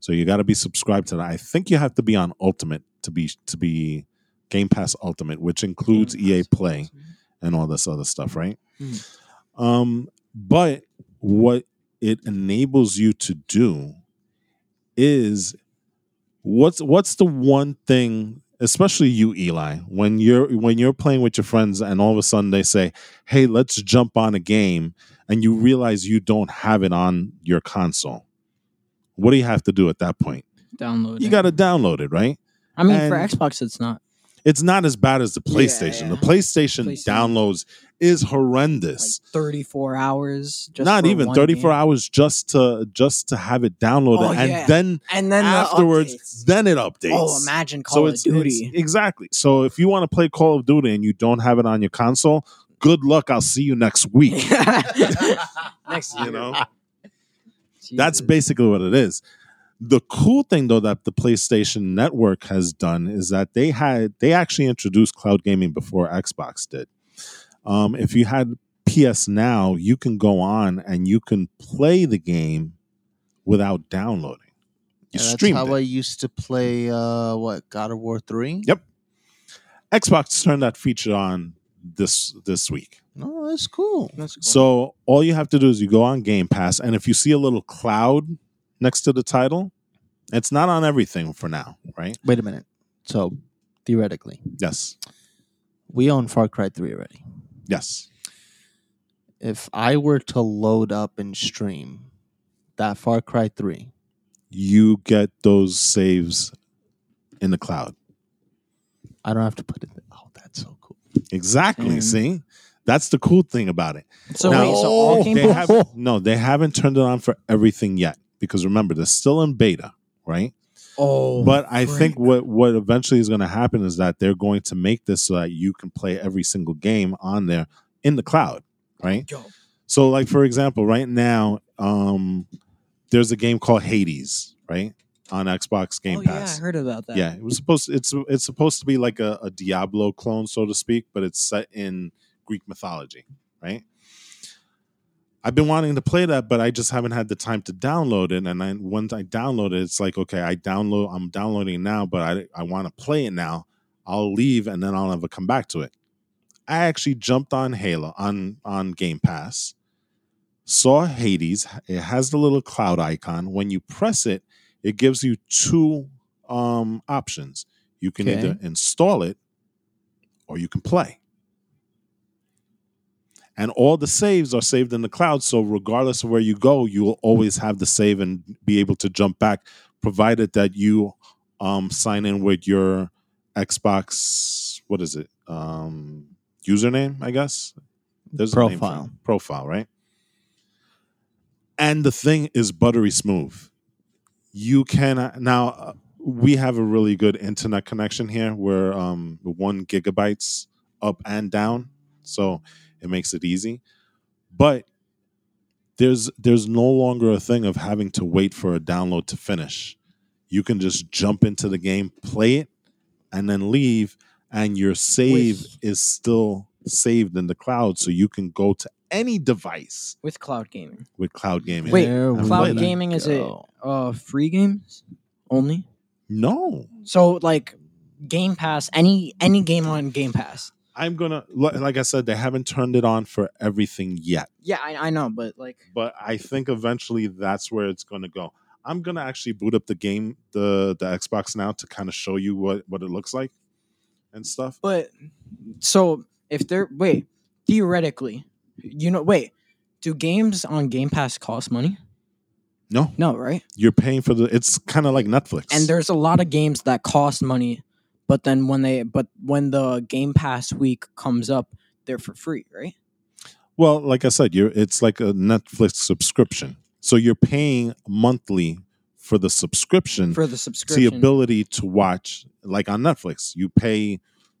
S1: so you got to be subscribed to that i think you have to be on ultimate to be to be game pass ultimate which includes ea E play and all this other stuff, right?
S2: Hmm.
S1: Um, but what it enables you to do is what's what's the one thing, especially you, Eli, when you're when you're playing with your friends and all of a sudden they say, "Hey, let's jump on a game," and you realize you don't have it on your console. What do you have to do at that point?
S2: Download.
S1: You
S2: it.
S1: got to download it, right?
S2: I mean, for
S1: and-
S2: Xbox, it's not.
S1: It's not as bad as the
S2: Yeah,
S1: PlayStation.
S2: yeah.
S1: The PlayStation,
S2: PlayStation.
S1: downloads is horrendous.
S5: like 34 hours. Just
S1: not
S5: for
S1: even
S5: one
S1: 34
S5: game.
S1: hours just to just to have it downloaded
S5: Oh,
S1: and
S5: yeah.
S1: then,
S5: And then the
S1: afterwards
S5: updates.
S1: then it updates
S5: oh, imagine Call of Duty.
S1: exactly so if you want to play call of duty and you don't have it on your console good luck i'll see you next week
S2: Next
S1: you know that's
S2: Jesus.
S1: basically what it is the cool thing though that the playstation network has done is that they had they actually introduced cloud gaming before xbox did um, if you had ps now you can go on and you can play the game without downloading you
S3: Yeah, that's
S1: stream
S3: how I
S1: it.
S3: used to play. Uh, what God of War three?
S1: Yep. xbox turned that feature on this this week
S3: No, that's cool.
S2: That's cool.
S1: So all you have to do is you go on Game Pass, and if you see a little cloud next to the title, it's not on everything for now, right?
S3: Wait a minute. So theoretically,
S1: Yes,
S3: we own Far Cry three already.
S1: yes.
S3: If I were to load up and stream that Far Cry three,
S1: You get those saves in the cloud.
S3: I don't have to put it. Oh, that's so cool.
S1: Exactly.
S2: Damn.
S1: See, that's the cool thing about it.
S5: So
S1: Now-
S5: wait, so all
S3: Oh,
S5: game
S1: they
S5: pass?
S1: have, no, they haven't turned it on for everything yet because remember they're still in beta, right?
S5: oh,
S1: but I
S5: frick.
S1: think what what eventually is going to happen is that they're going to make this so that you can play every single game on there in the cloud, right?
S5: Yo,
S1: So, like for example, right now, um, there's a game called Hades, right, on Xbox Game
S5: oh,
S1: Pass.
S5: Yeah, I heard about that.
S1: Yeah, it was supposed. It's it's supposed to be like a, a Diablo clone, so to speak, but it's set in Greek mythology, right? I've been wanting to play that, but I just haven't had the time to download it. And I, once I download it, it's like okay, I download. I'm downloading it now, but I I want to play it now. I'll leave and then I'll never come back to it. I actually jumped on Halo on on Game Pass, saw Hades. It has the little cloud icon. When you press it, it gives you two um, options. You can
S3: Okay.
S1: either install it or you can play. And all the saves are saved in the cloud. So, regardless of where you go, you will always have the save and be able to jump back, provided that you um, sign in with your Xbox, what is it? Um, username, I guess. There's a name for it.
S3: Profile.
S1: profile, right? And the thing is buttery smooth you can now uh, we have a really good internet connection here we're um one gigabytes up and down so It makes it easy. But there's there's no longer a thing of having to wait for a download to finish. You can just jump into the game, play it, and then leave, and your save is still saved in the cloud, so you can go to any device
S7: with cloud gaming.
S1: with cloud gaming.
S7: Wait,
S3: There we
S1: cloud
S7: gaming is a-
S3: go.
S7: Uh, free games only.
S1: No,
S2: So like Game Pass, any any game on Game Pass.
S1: I'm gonna li- like I said, they haven't turned it on for everything yet,
S7: Yeah, I, I know, but like,
S1: but I think eventually that's where it's gonna go. I'm gonna actually boot up the game, the the Xbox now to kind of show you what what it looks like and stuff.
S7: but
S2: So if they're wait, theoretically, you know wait, do games on Game Pass cost money?
S1: No,
S2: No, right?
S1: you're paying for the. It's kind of like Netflix.
S2: And there's a lot of games that cost money, but then when they but when the Game Pass week comes up, they're for free, right?
S1: well, like I said, you're it's like a Netflix subscription, so you're paying monthly for the subscription
S2: For the
S1: It's the
S2: subscription.
S1: ability to watch like on netflix you pay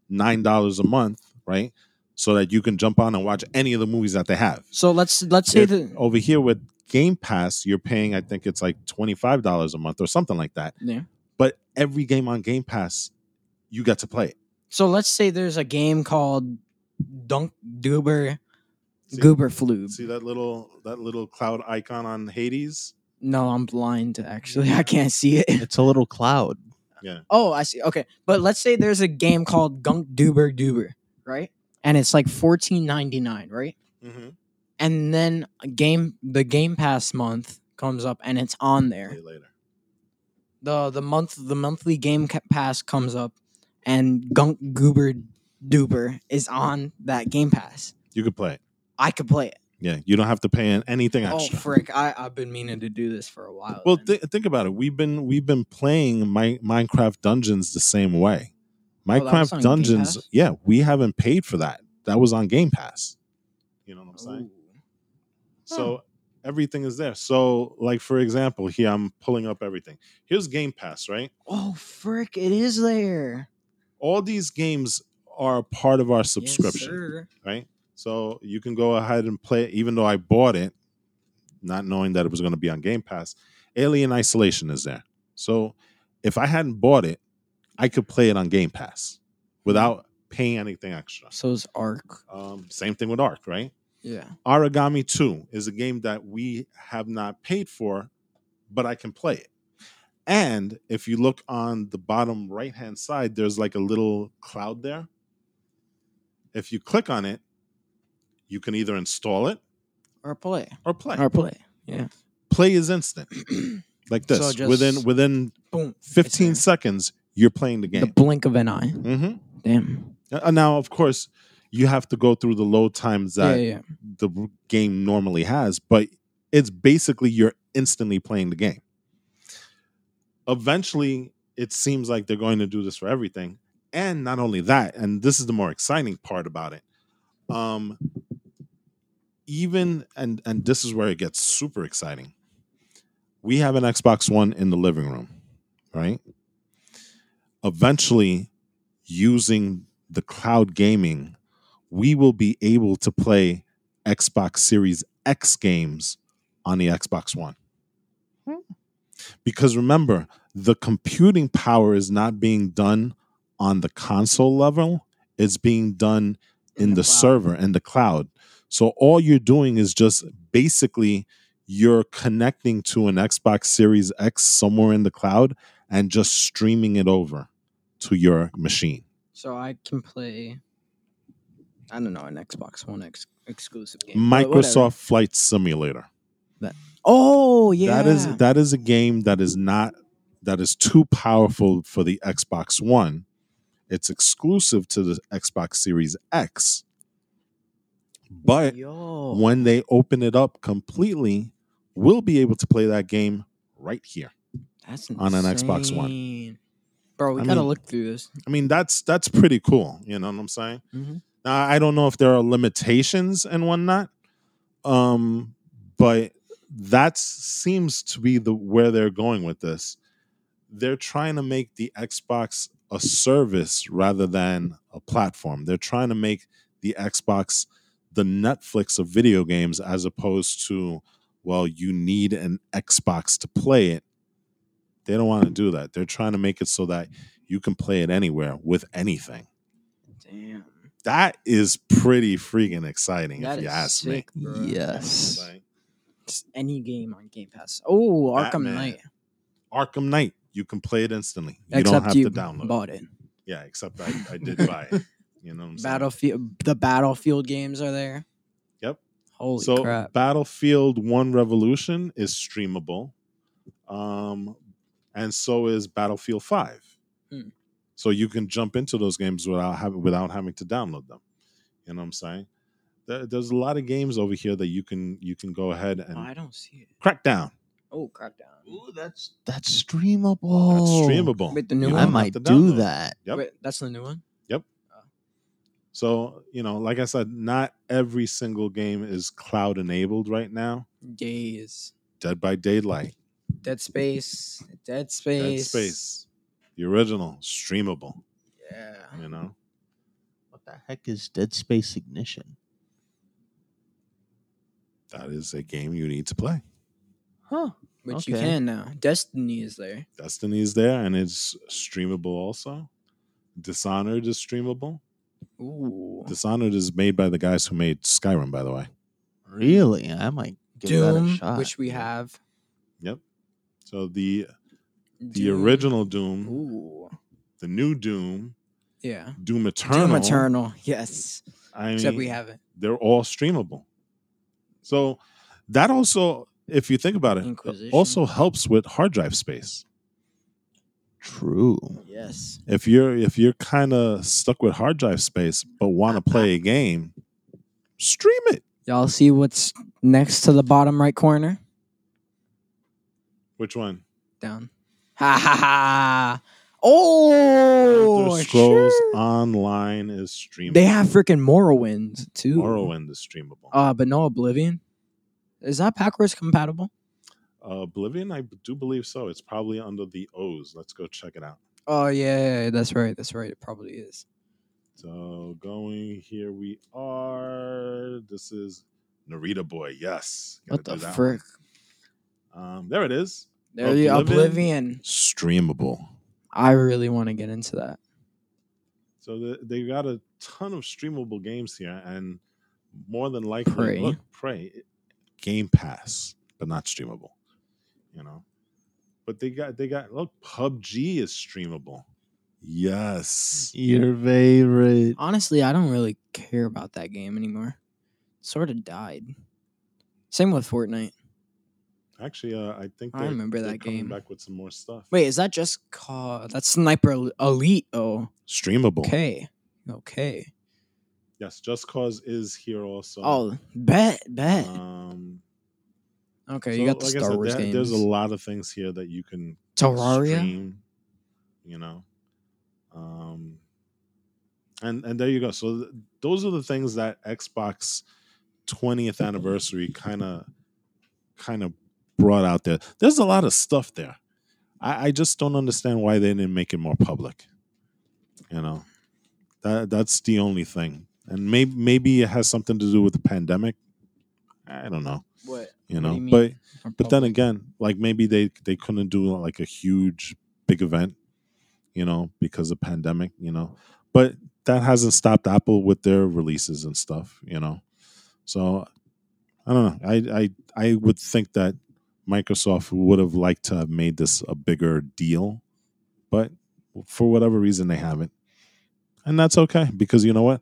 S1: nine dollars a month right so that you can jump on and watch any of the movies that they have
S2: so let's let's say
S1: If
S2: that
S1: over here with game pass you're paying i think it's like $25 a month or something like that
S2: Yeah.
S1: but every game on game pass you get to play it
S2: so let's say there's a game called Dunk Duber
S1: See-
S2: Goober Flube.
S1: see that little that little cloud icon on hades
S2: No, I'm blind. Actually, I can't see it.
S3: It's a little cloud.
S2: Oh, I see. Okay, but let's say there's a game called Gunk Duber Duber, right? And it's like fourteen ninety nine, right?
S1: Mm-hmm.
S2: And then a game the Game Pass month comes up and it's on
S1: Play
S2: there.
S1: later
S2: the The month the monthly Game Ca- Pass comes up, and Gunk Goober Duber is on that Game Pass.
S1: you could play it
S2: I could play it.
S1: yeah you don't have to pay in anything extra
S2: Oh frick! I I've been meaning to do this for a while.
S1: Well,
S2: then.
S1: th- think about it. We've been we've been playing Mi- Minecraft Dungeons the same way.
S2: Oh, that was
S1: Minecraft
S2: on Game
S1: Dungeons,
S2: Pass?
S1: yeah, we haven't paid for that. That was on Game Pass. You know what I'm
S2: Oh.
S1: saying? So everything is there. So, like for example, here I'm pulling up everything. Here's Game Pass, right?
S2: oh frick! It is there.
S1: All these games are part of our
S2: Yes,
S1: subscription,
S2: sir.
S1: right? So you can go ahead and play it, even though I bought it, not knowing that it was going to be on Game Pass. Alien Isolation is there. So if I hadn't bought it, I could play it on Game Pass
S2: Hmm.
S1: without paying anything extra.
S2: So is Ark.
S1: Um, same thing with Ark, right?
S2: Yeah.
S1: Origami 2 is a game that we have not paid for, but I can play it. And if you look on the bottom right hand side, there's like a little cloud there. If you click on it, you can either install it
S2: Or play.
S1: or play.
S2: Or play.
S1: play is instant, like this.
S2: So just-
S1: within within
S2: Boom.
S1: 15
S2: It's
S1: seconds, you're playing the
S2: there. The
S1: game.
S2: blink of an eye.
S1: Mhm.
S2: Damn.
S1: Uh, Now, of course, you have to go through the load times that
S2: yeah, yeah.
S1: the r- game normally has, but it's basically you're instantly playing the game. Eventually, it seems like they're going to do this for everything. And not only that, and this is the more exciting part about it. Um even and and this is where it gets super exciting. We have an Xbox One in the living room, right? Eventually, using the cloud gaming, we will be able to play Xbox Series X games on the Xbox One. Because remember, the computing power is not being done on the console level, it's being done in, the,
S2: cloud.
S1: server and the cloud. So all you're doing is just basically you're connecting to an Xbox Series X somewhere in the cloud and just streaming it over to your machine.
S2: So I can play. I don't know an Xbox One ex- exclusive game. but whatever.
S1: Microsoft Flight Simulator.
S2: Oh yeah.
S1: That is that is a game that is not that is too powerful for the Xbox One. It's exclusive to the Xbox Series X. But
S2: Yo.
S1: when they open it up completely, we'll be able to play that game right here.
S2: That's
S1: on an Xbox One.
S2: insane. Bro, we
S1: I
S2: gotta
S1: mean-
S2: look through this.
S1: I mean, that's that's pretty cool. You know what I'm saying?
S2: Mhm.
S1: Now, I don't know if there are limitations and whatnot, um, but that seems to be the where they're going with this. They're trying to make the Xbox a service rather than a platform. They're trying to make the Xbox the Netflix of video games as opposed to, well, you need an Xbox to play it. They don't want to do that. They're trying to make it so that you can play it anywhere with anything.
S2: Damn.
S1: That is pretty freaking exciting,
S2: That
S1: if you
S2: is
S1: ask
S2: sick, bro.
S3: Yes.
S1: me.
S2: Just any game on Game Pass. Oh, Arkham
S1: Batman.
S2: Knight.
S1: Arkham Knight, you can play it instantly. You
S2: Except
S1: don't have
S2: you
S1: to download.
S2: bought it.
S1: it. Yeah, except I, I did buy it. You know what I'm saying?
S2: Battlefield. The Battlefield games are there.
S1: Yep.
S2: Holy
S1: so
S2: crap!
S1: Battlefield One Revolution is streamable, um, and so is Battlefield Five.
S2: Hmm.
S1: So you can jump into those games without having without having to download them. You know what I'm saying? There, there's a lot of games over here that you can you can go ahead and
S2: Oh, I don't see it.
S1: crack down.
S2: Oh, Crackdown.
S3: Ooh, that's that's streamable.
S1: That's
S2: Oh.
S1: streamable.
S2: With the new
S1: You
S2: one?
S1: don't
S3: I
S1: have
S3: might
S1: to
S3: do
S1: download.
S3: that.
S1: Yep.
S2: Wait, that's the new one.
S1: So, you know, like I said, not every single game is cloud enabled right now.
S2: Days.
S1: Dead by Daylight,
S2: Dead Space. Dead
S1: Dead
S2: Space.
S1: Space, the original, streamable,
S2: Yeah.
S1: you know?
S3: What the heck is Dead Space Ignition?
S1: That is a game you need to play.
S3: Huh.
S2: Which you
S3: Okay.
S2: can now. Destiny is there.
S1: Destiny is there and it's streamable also. Dishonored is streamable.
S2: Ooh.
S1: Dishonored is made by the guys who made Skyrim, by the way.
S3: Really? I might give that a
S2: Doom,
S3: shot.
S2: which we have.
S1: Yep. So the the
S2: Doom.
S1: original Doom,
S2: Ooh.
S1: the new Doom,
S2: Yeah.
S1: Doom Eternal.
S2: Doom Eternal. Yes.
S1: I
S2: Except
S1: mean,
S2: we haven't.
S1: they're all streamable. So that also, if you think about it,
S2: Inquisition.
S1: also helps with hard drive space.
S3: True.
S2: Yes.
S1: If you're if you're kind of stuck with hard drive space but want to play a game, stream it.
S2: Y'all see what's next to the bottom right corner?
S1: Which one?
S2: Down. Ha ha ha. Oh,
S1: Elder Scrolls
S2: sure.
S1: Online is streamable.
S2: They have freaking Morrowind too.
S1: Morrowind is streamable.
S2: Uh, but no Oblivion. Is that backwards compatible?
S1: Oblivion, I do believe so. It's probably under the O's. Let's go check it out.
S2: Oh yeah, yeah, yeah, that's right. That's right. It probably is.
S1: So going here we are. This is Narita Boy. Yes. Gotta
S2: What the
S1: do that one.
S2: frick?
S1: Um, there it is.
S2: There you
S1: Oblivion?
S2: Oblivion.
S1: Streamable.
S2: I really want to get into that.
S1: So the, they got a ton of streamable games here, and more than likely,
S2: Prey.
S1: look, Prey, Game Pass, but not streamable. You know, but they got they got look, PUBG is streamable. Yes,
S3: Your favorite.
S2: Honestly, I don't really care about that game anymore. Sort of died. Same with Fortnite.
S1: actually, uh, I think
S2: I
S1: they're-
S2: remember
S1: they're
S2: that
S1: coming
S2: game.
S1: Back with some more stuff.
S2: Wait, is that just called? That's Sniper El- Elite. Oh,
S1: streamable.
S2: okay, okay.
S1: Yes, Just Cause is here also.
S2: Oh, bet, bet.
S1: Um,
S2: Okay,
S1: so
S2: you got the
S1: like I
S2: Star
S1: said,
S2: Wars
S1: there-
S2: games.
S1: There's a lot of things here that you can
S2: Terraria.
S1: stream, you know um and and there you go so th- those are the things that xbox 20th anniversary kind of kind of brought out there there's a lot of stuff there i i just don't understand why they didn't make it more public you know that that's the only thing and maybe maybe it has something to do with the pandemic i don't know
S2: What?
S1: you
S2: What
S1: know
S2: do you
S1: but
S2: mean? Or
S1: but then
S2: public?
S1: again, like maybe they they couldn't do like a huge big event, you know, because of pandemic, you know. But that hasn't stopped Apple with their releases and stuff, you know. So I don't know. I I I would think that Microsoft would have liked to have made this a bigger deal, but for whatever reason they haven't. And that's okay because you know what?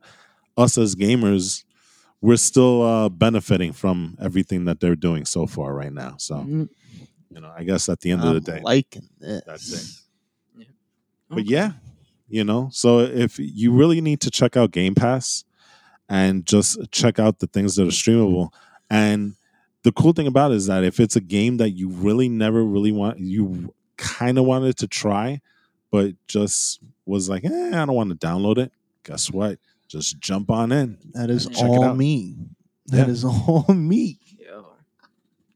S1: Us as gamers, we're still uh, benefiting from everything that they're doing so far right now. So
S2: Mm,
S1: you know, I guess at the end
S3: I'm
S1: of the day.
S3: liking this.
S1: That's it.
S2: okay.
S1: But yeah, you know, so if you really need to check out Game Pass and just check out the things that are streamable. And the cool thing about it is that if it's a game that you really never really want, you kind of wanted to try, but just was like, eh, I don't want to download it. Guess what? Just jump on in.
S3: That is
S2: Check
S1: it
S3: all
S1: out.
S3: me. That
S1: Yeah.
S3: is all me.
S2: Yo,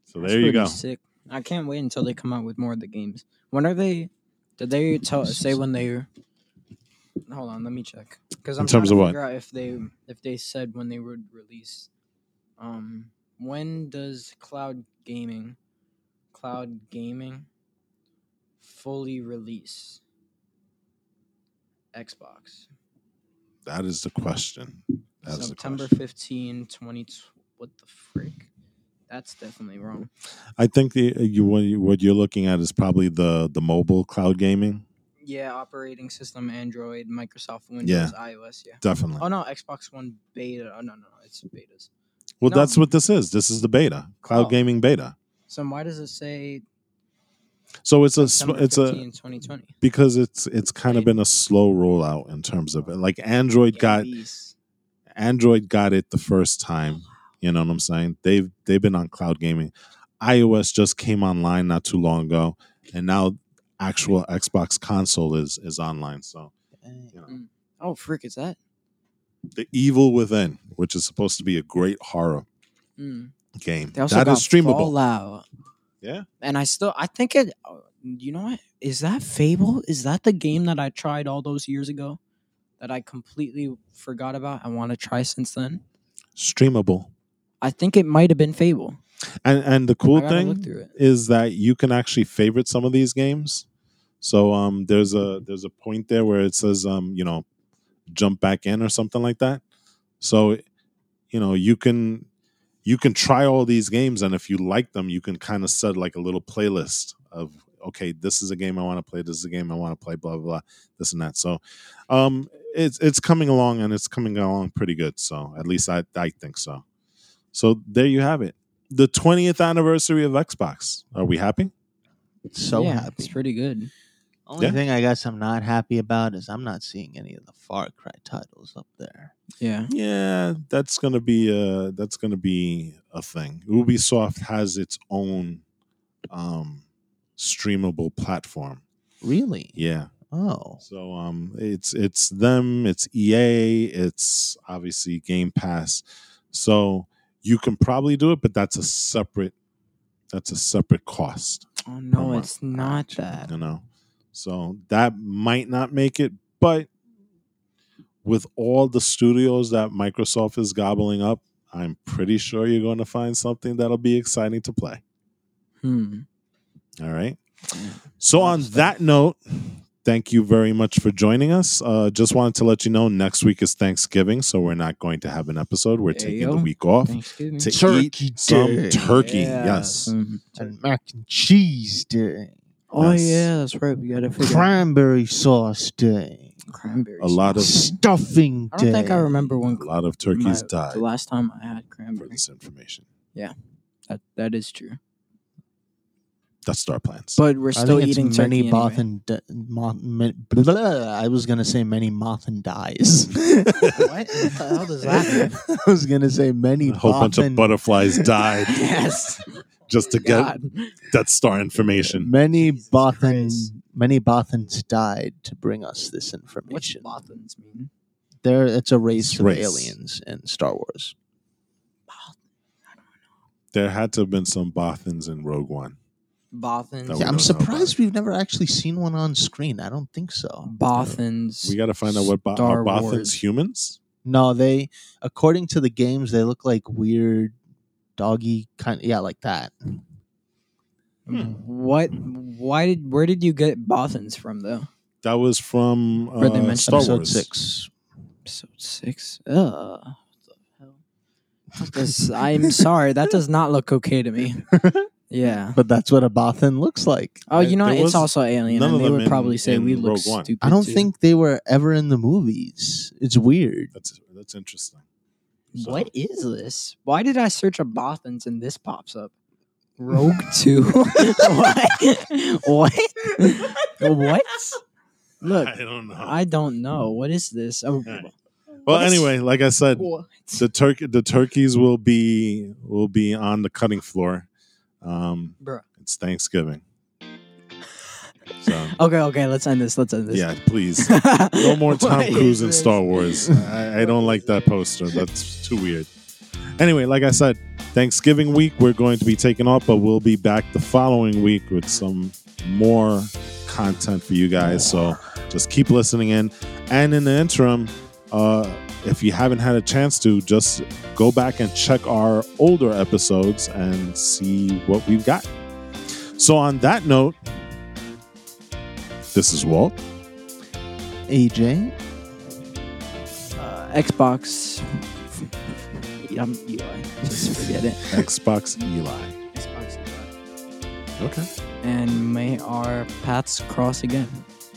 S1: So
S2: that's
S1: there you
S2: pretty
S1: go.
S2: Sick. I can't wait until they come out with more of the games. When are they? Did they tell say when they Hold on, let me check. Because
S1: In
S2: I'm
S1: terms
S2: trying to
S1: of what?
S2: figure out if they if they said when they would release. Um, when does cloud gaming, cloud gaming, fully release? Xbox.
S1: That is the question. That is the
S2: September
S1: question.
S2: 15, 20. What the frick? That's definitely wrong.
S1: I think the, uh, you what you- what you're looking at is probably the the mobile cloud gaming.
S2: Yeah, operating system, Android, Microsoft Windows,
S1: Yeah.
S2: iOS. Yeah.
S1: Definitely.
S2: Oh no, Xbox One beta. Oh no, no, it's betas.
S1: Well,
S2: no.
S1: that's what this is. This is the beta, cloud
S2: Oh.
S1: gaming beta.
S2: So why does it say
S1: So it's a sm-
S2: September
S1: it's a
S2: 15, 2020?
S1: because it's it's kind of
S2: Beta.
S1: been a slow rollout in terms of it. Like Android got
S2: Release.
S1: Android got it the first
S2: Oh,
S1: time. You know what I'm saying? They've they've been on cloud gaming. iOS just came online not too long ago, and now actual Xbox console is is online. So you know.
S2: Oh frick, is that?
S1: the Evil Within, which is supposed to be a great horror
S2: Mm.
S1: game,
S2: They also
S1: that
S2: got
S1: is streamable.
S2: Fallout.
S1: Yeah.
S2: And I still, I think it. oh, You know what? Is that Fable? Is that the game that I tried all those years ago, that I completely forgot about? I want to try since then.
S1: Streamable,
S2: I think it might have been Fable.
S1: and and the
S2: Oh I
S1: cool
S2: gotta look
S1: thing
S2: through it.
S1: is that you can actually favorite some of these games. So um, there's a there's a point there where it says um, you know, jump back in or something like that. So, you know, you can you can try all these games, and if you like them, you can kind of set like a little playlist of okay, this is a game I want to play, this is a game I want to play, blah blah blah, this and that. So, um, it's it's coming along and it's coming along pretty good. So at least I I think so. So there you have it. The 20th anniversary of Xbox. Are we happy?
S3: So
S2: yeah,
S3: happy.
S2: It's pretty good.
S3: Only
S1: Yeah.
S3: thing I guess I'm not happy about is I'm not seeing any of the Far Cry titles up there.
S2: Yeah.
S1: Yeah, that's gonna be uh that's gonna be a thing. Ubisoft has its own um streamable platform.
S3: Really?
S1: Yeah.
S3: Oh,
S1: So um it's it's them, it's EA, it's obviously Game Pass. So you can probably do it, but that's a separate that's a separate cost.
S2: Oh no,
S1: month.
S2: it's not that.
S1: you know so that might not make it but with all the studios that microsoft is gobbling up i'm pretty sure you're going to find something that'll be exciting to play
S2: Hmm.
S1: all right so
S3: Love
S1: on
S3: stuff.
S1: that note thank you very much for joining us uh, just wanted to let you know next week is thanksgiving so we're not going to have an episode we're taking the
S2: Ayo.
S1: week off
S2: Thanksgiving.
S1: to
S3: Turkey
S1: eat some
S3: Day.
S1: turkey
S2: Yeah,
S1: yes Mm-hmm.
S2: some-
S3: and mac and cheese day,
S2: Oh
S1: Yes.
S2: yeah, that's right. We gotta figure out
S3: cranberry sauce day,
S2: cranberry.
S1: a lot of
S2: sauce.
S3: stuffing
S2: I
S3: day.
S2: don't think I remember
S1: a
S2: when
S1: lot of
S2: my-
S1: turkeys died
S2: the last time I had
S1: for
S2: cranberry.
S1: this information
S2: That that is true.
S1: that's our plans
S2: But we're
S3: I
S2: still
S3: think it's
S2: eating turkey.
S3: many
S2: Anyway.
S3: moth and di- moth, mi- blah, blah, blah. I was gonna say many moth and dies.
S2: What the hell does that
S3: I was gonna say many
S1: a whole bunch
S3: boffin-
S1: of butterflies died
S2: yes.
S1: just to get
S2: God.
S1: Death Star information.
S3: Many
S2: Jesus
S3: Bothans,
S2: Christ.
S3: many Bothans died to bring us this
S2: What's
S3: information.
S2: Bothans mean?
S3: There, it's a race
S1: It's
S3: of
S1: race.
S3: aliens in Star Wars.
S1: There had to have been some Bothans in Rogue One.
S2: Bothans.
S1: That Oh, we
S3: Yeah, I'm
S1: don't know about
S3: surprised
S1: it.
S3: we've never actually seen one on screen. I don't think so.
S2: Bothans.
S1: We got to find out what bo-
S2: Star
S1: are Bothans
S2: Wars.
S1: humans?
S3: No, they, according to the games, they look like weird doggy kind. Yeah, like that.
S1: Hmm.
S2: What? Why did? Where did you get Bothans from though?
S1: That was from
S2: Where they
S1: uh,
S2: mentioned
S1: Star
S3: Episode
S1: Wars.
S3: six.
S2: Episode six. Ugh. This, I'm sorry. That does not look okay to me. Yeah.
S3: But that's what a Bothan looks like.
S2: Oh, you know
S1: There
S2: what?
S1: was
S2: it's also alien,
S1: none
S2: and
S1: of
S2: they
S1: them
S2: would
S1: in-
S2: probably say
S1: in
S2: we look
S1: Rogue One.
S2: stupid.
S3: I don't
S2: too.
S3: think they were ever in the movies. It's weird.
S1: That's that's interesting. so.
S2: What is this? Why did I search a Bothans and this pops up? Rogue Two. what? What? what? Look,
S1: I don't know.
S2: I don't know. What is this? Oh,
S1: Alright. well,
S2: what is-
S1: anyway, like I said,
S2: what?
S1: the turkey the turkeys will be will be on the cutting floor. Um,
S2: Bruh.
S1: it's Thanksgiving, so
S2: Okay, okay. Let's end this. Let's end this.
S1: yeah, please. No more Tom Cruise in Star Wars. I, I don't like that poster. That's too weird. Anyway, like I said, Thanksgiving week we're going to be taking off, but we'll be back the following week with some more content for you guys. So Just keep listening in. And in the interim, uh, if you haven't had a chance to, just go back and check our older episodes and see what we've got. So, on that note, this is Walt.
S3: AJ,
S2: Uh, Xbox. I'm Eli. Just forget it.
S1: Xbox Eli.
S2: Xbox Eli.
S1: Okay.
S2: And may our paths cross again.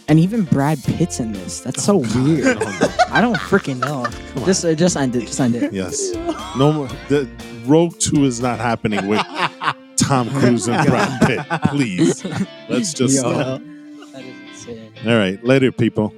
S2: And even Brad Pitt's in this. That's so
S1: Oh, God.
S2: weird.
S1: No, no.
S2: I don't freaking know. Just, uh, just end it. Just end it.
S1: Yes. No more. The Rogue Two is not happening with Tom Cruise and Brad Pitt. Please, let's just
S2: Yo.
S1: stop.
S2: That is insane.
S1: All right, later, people.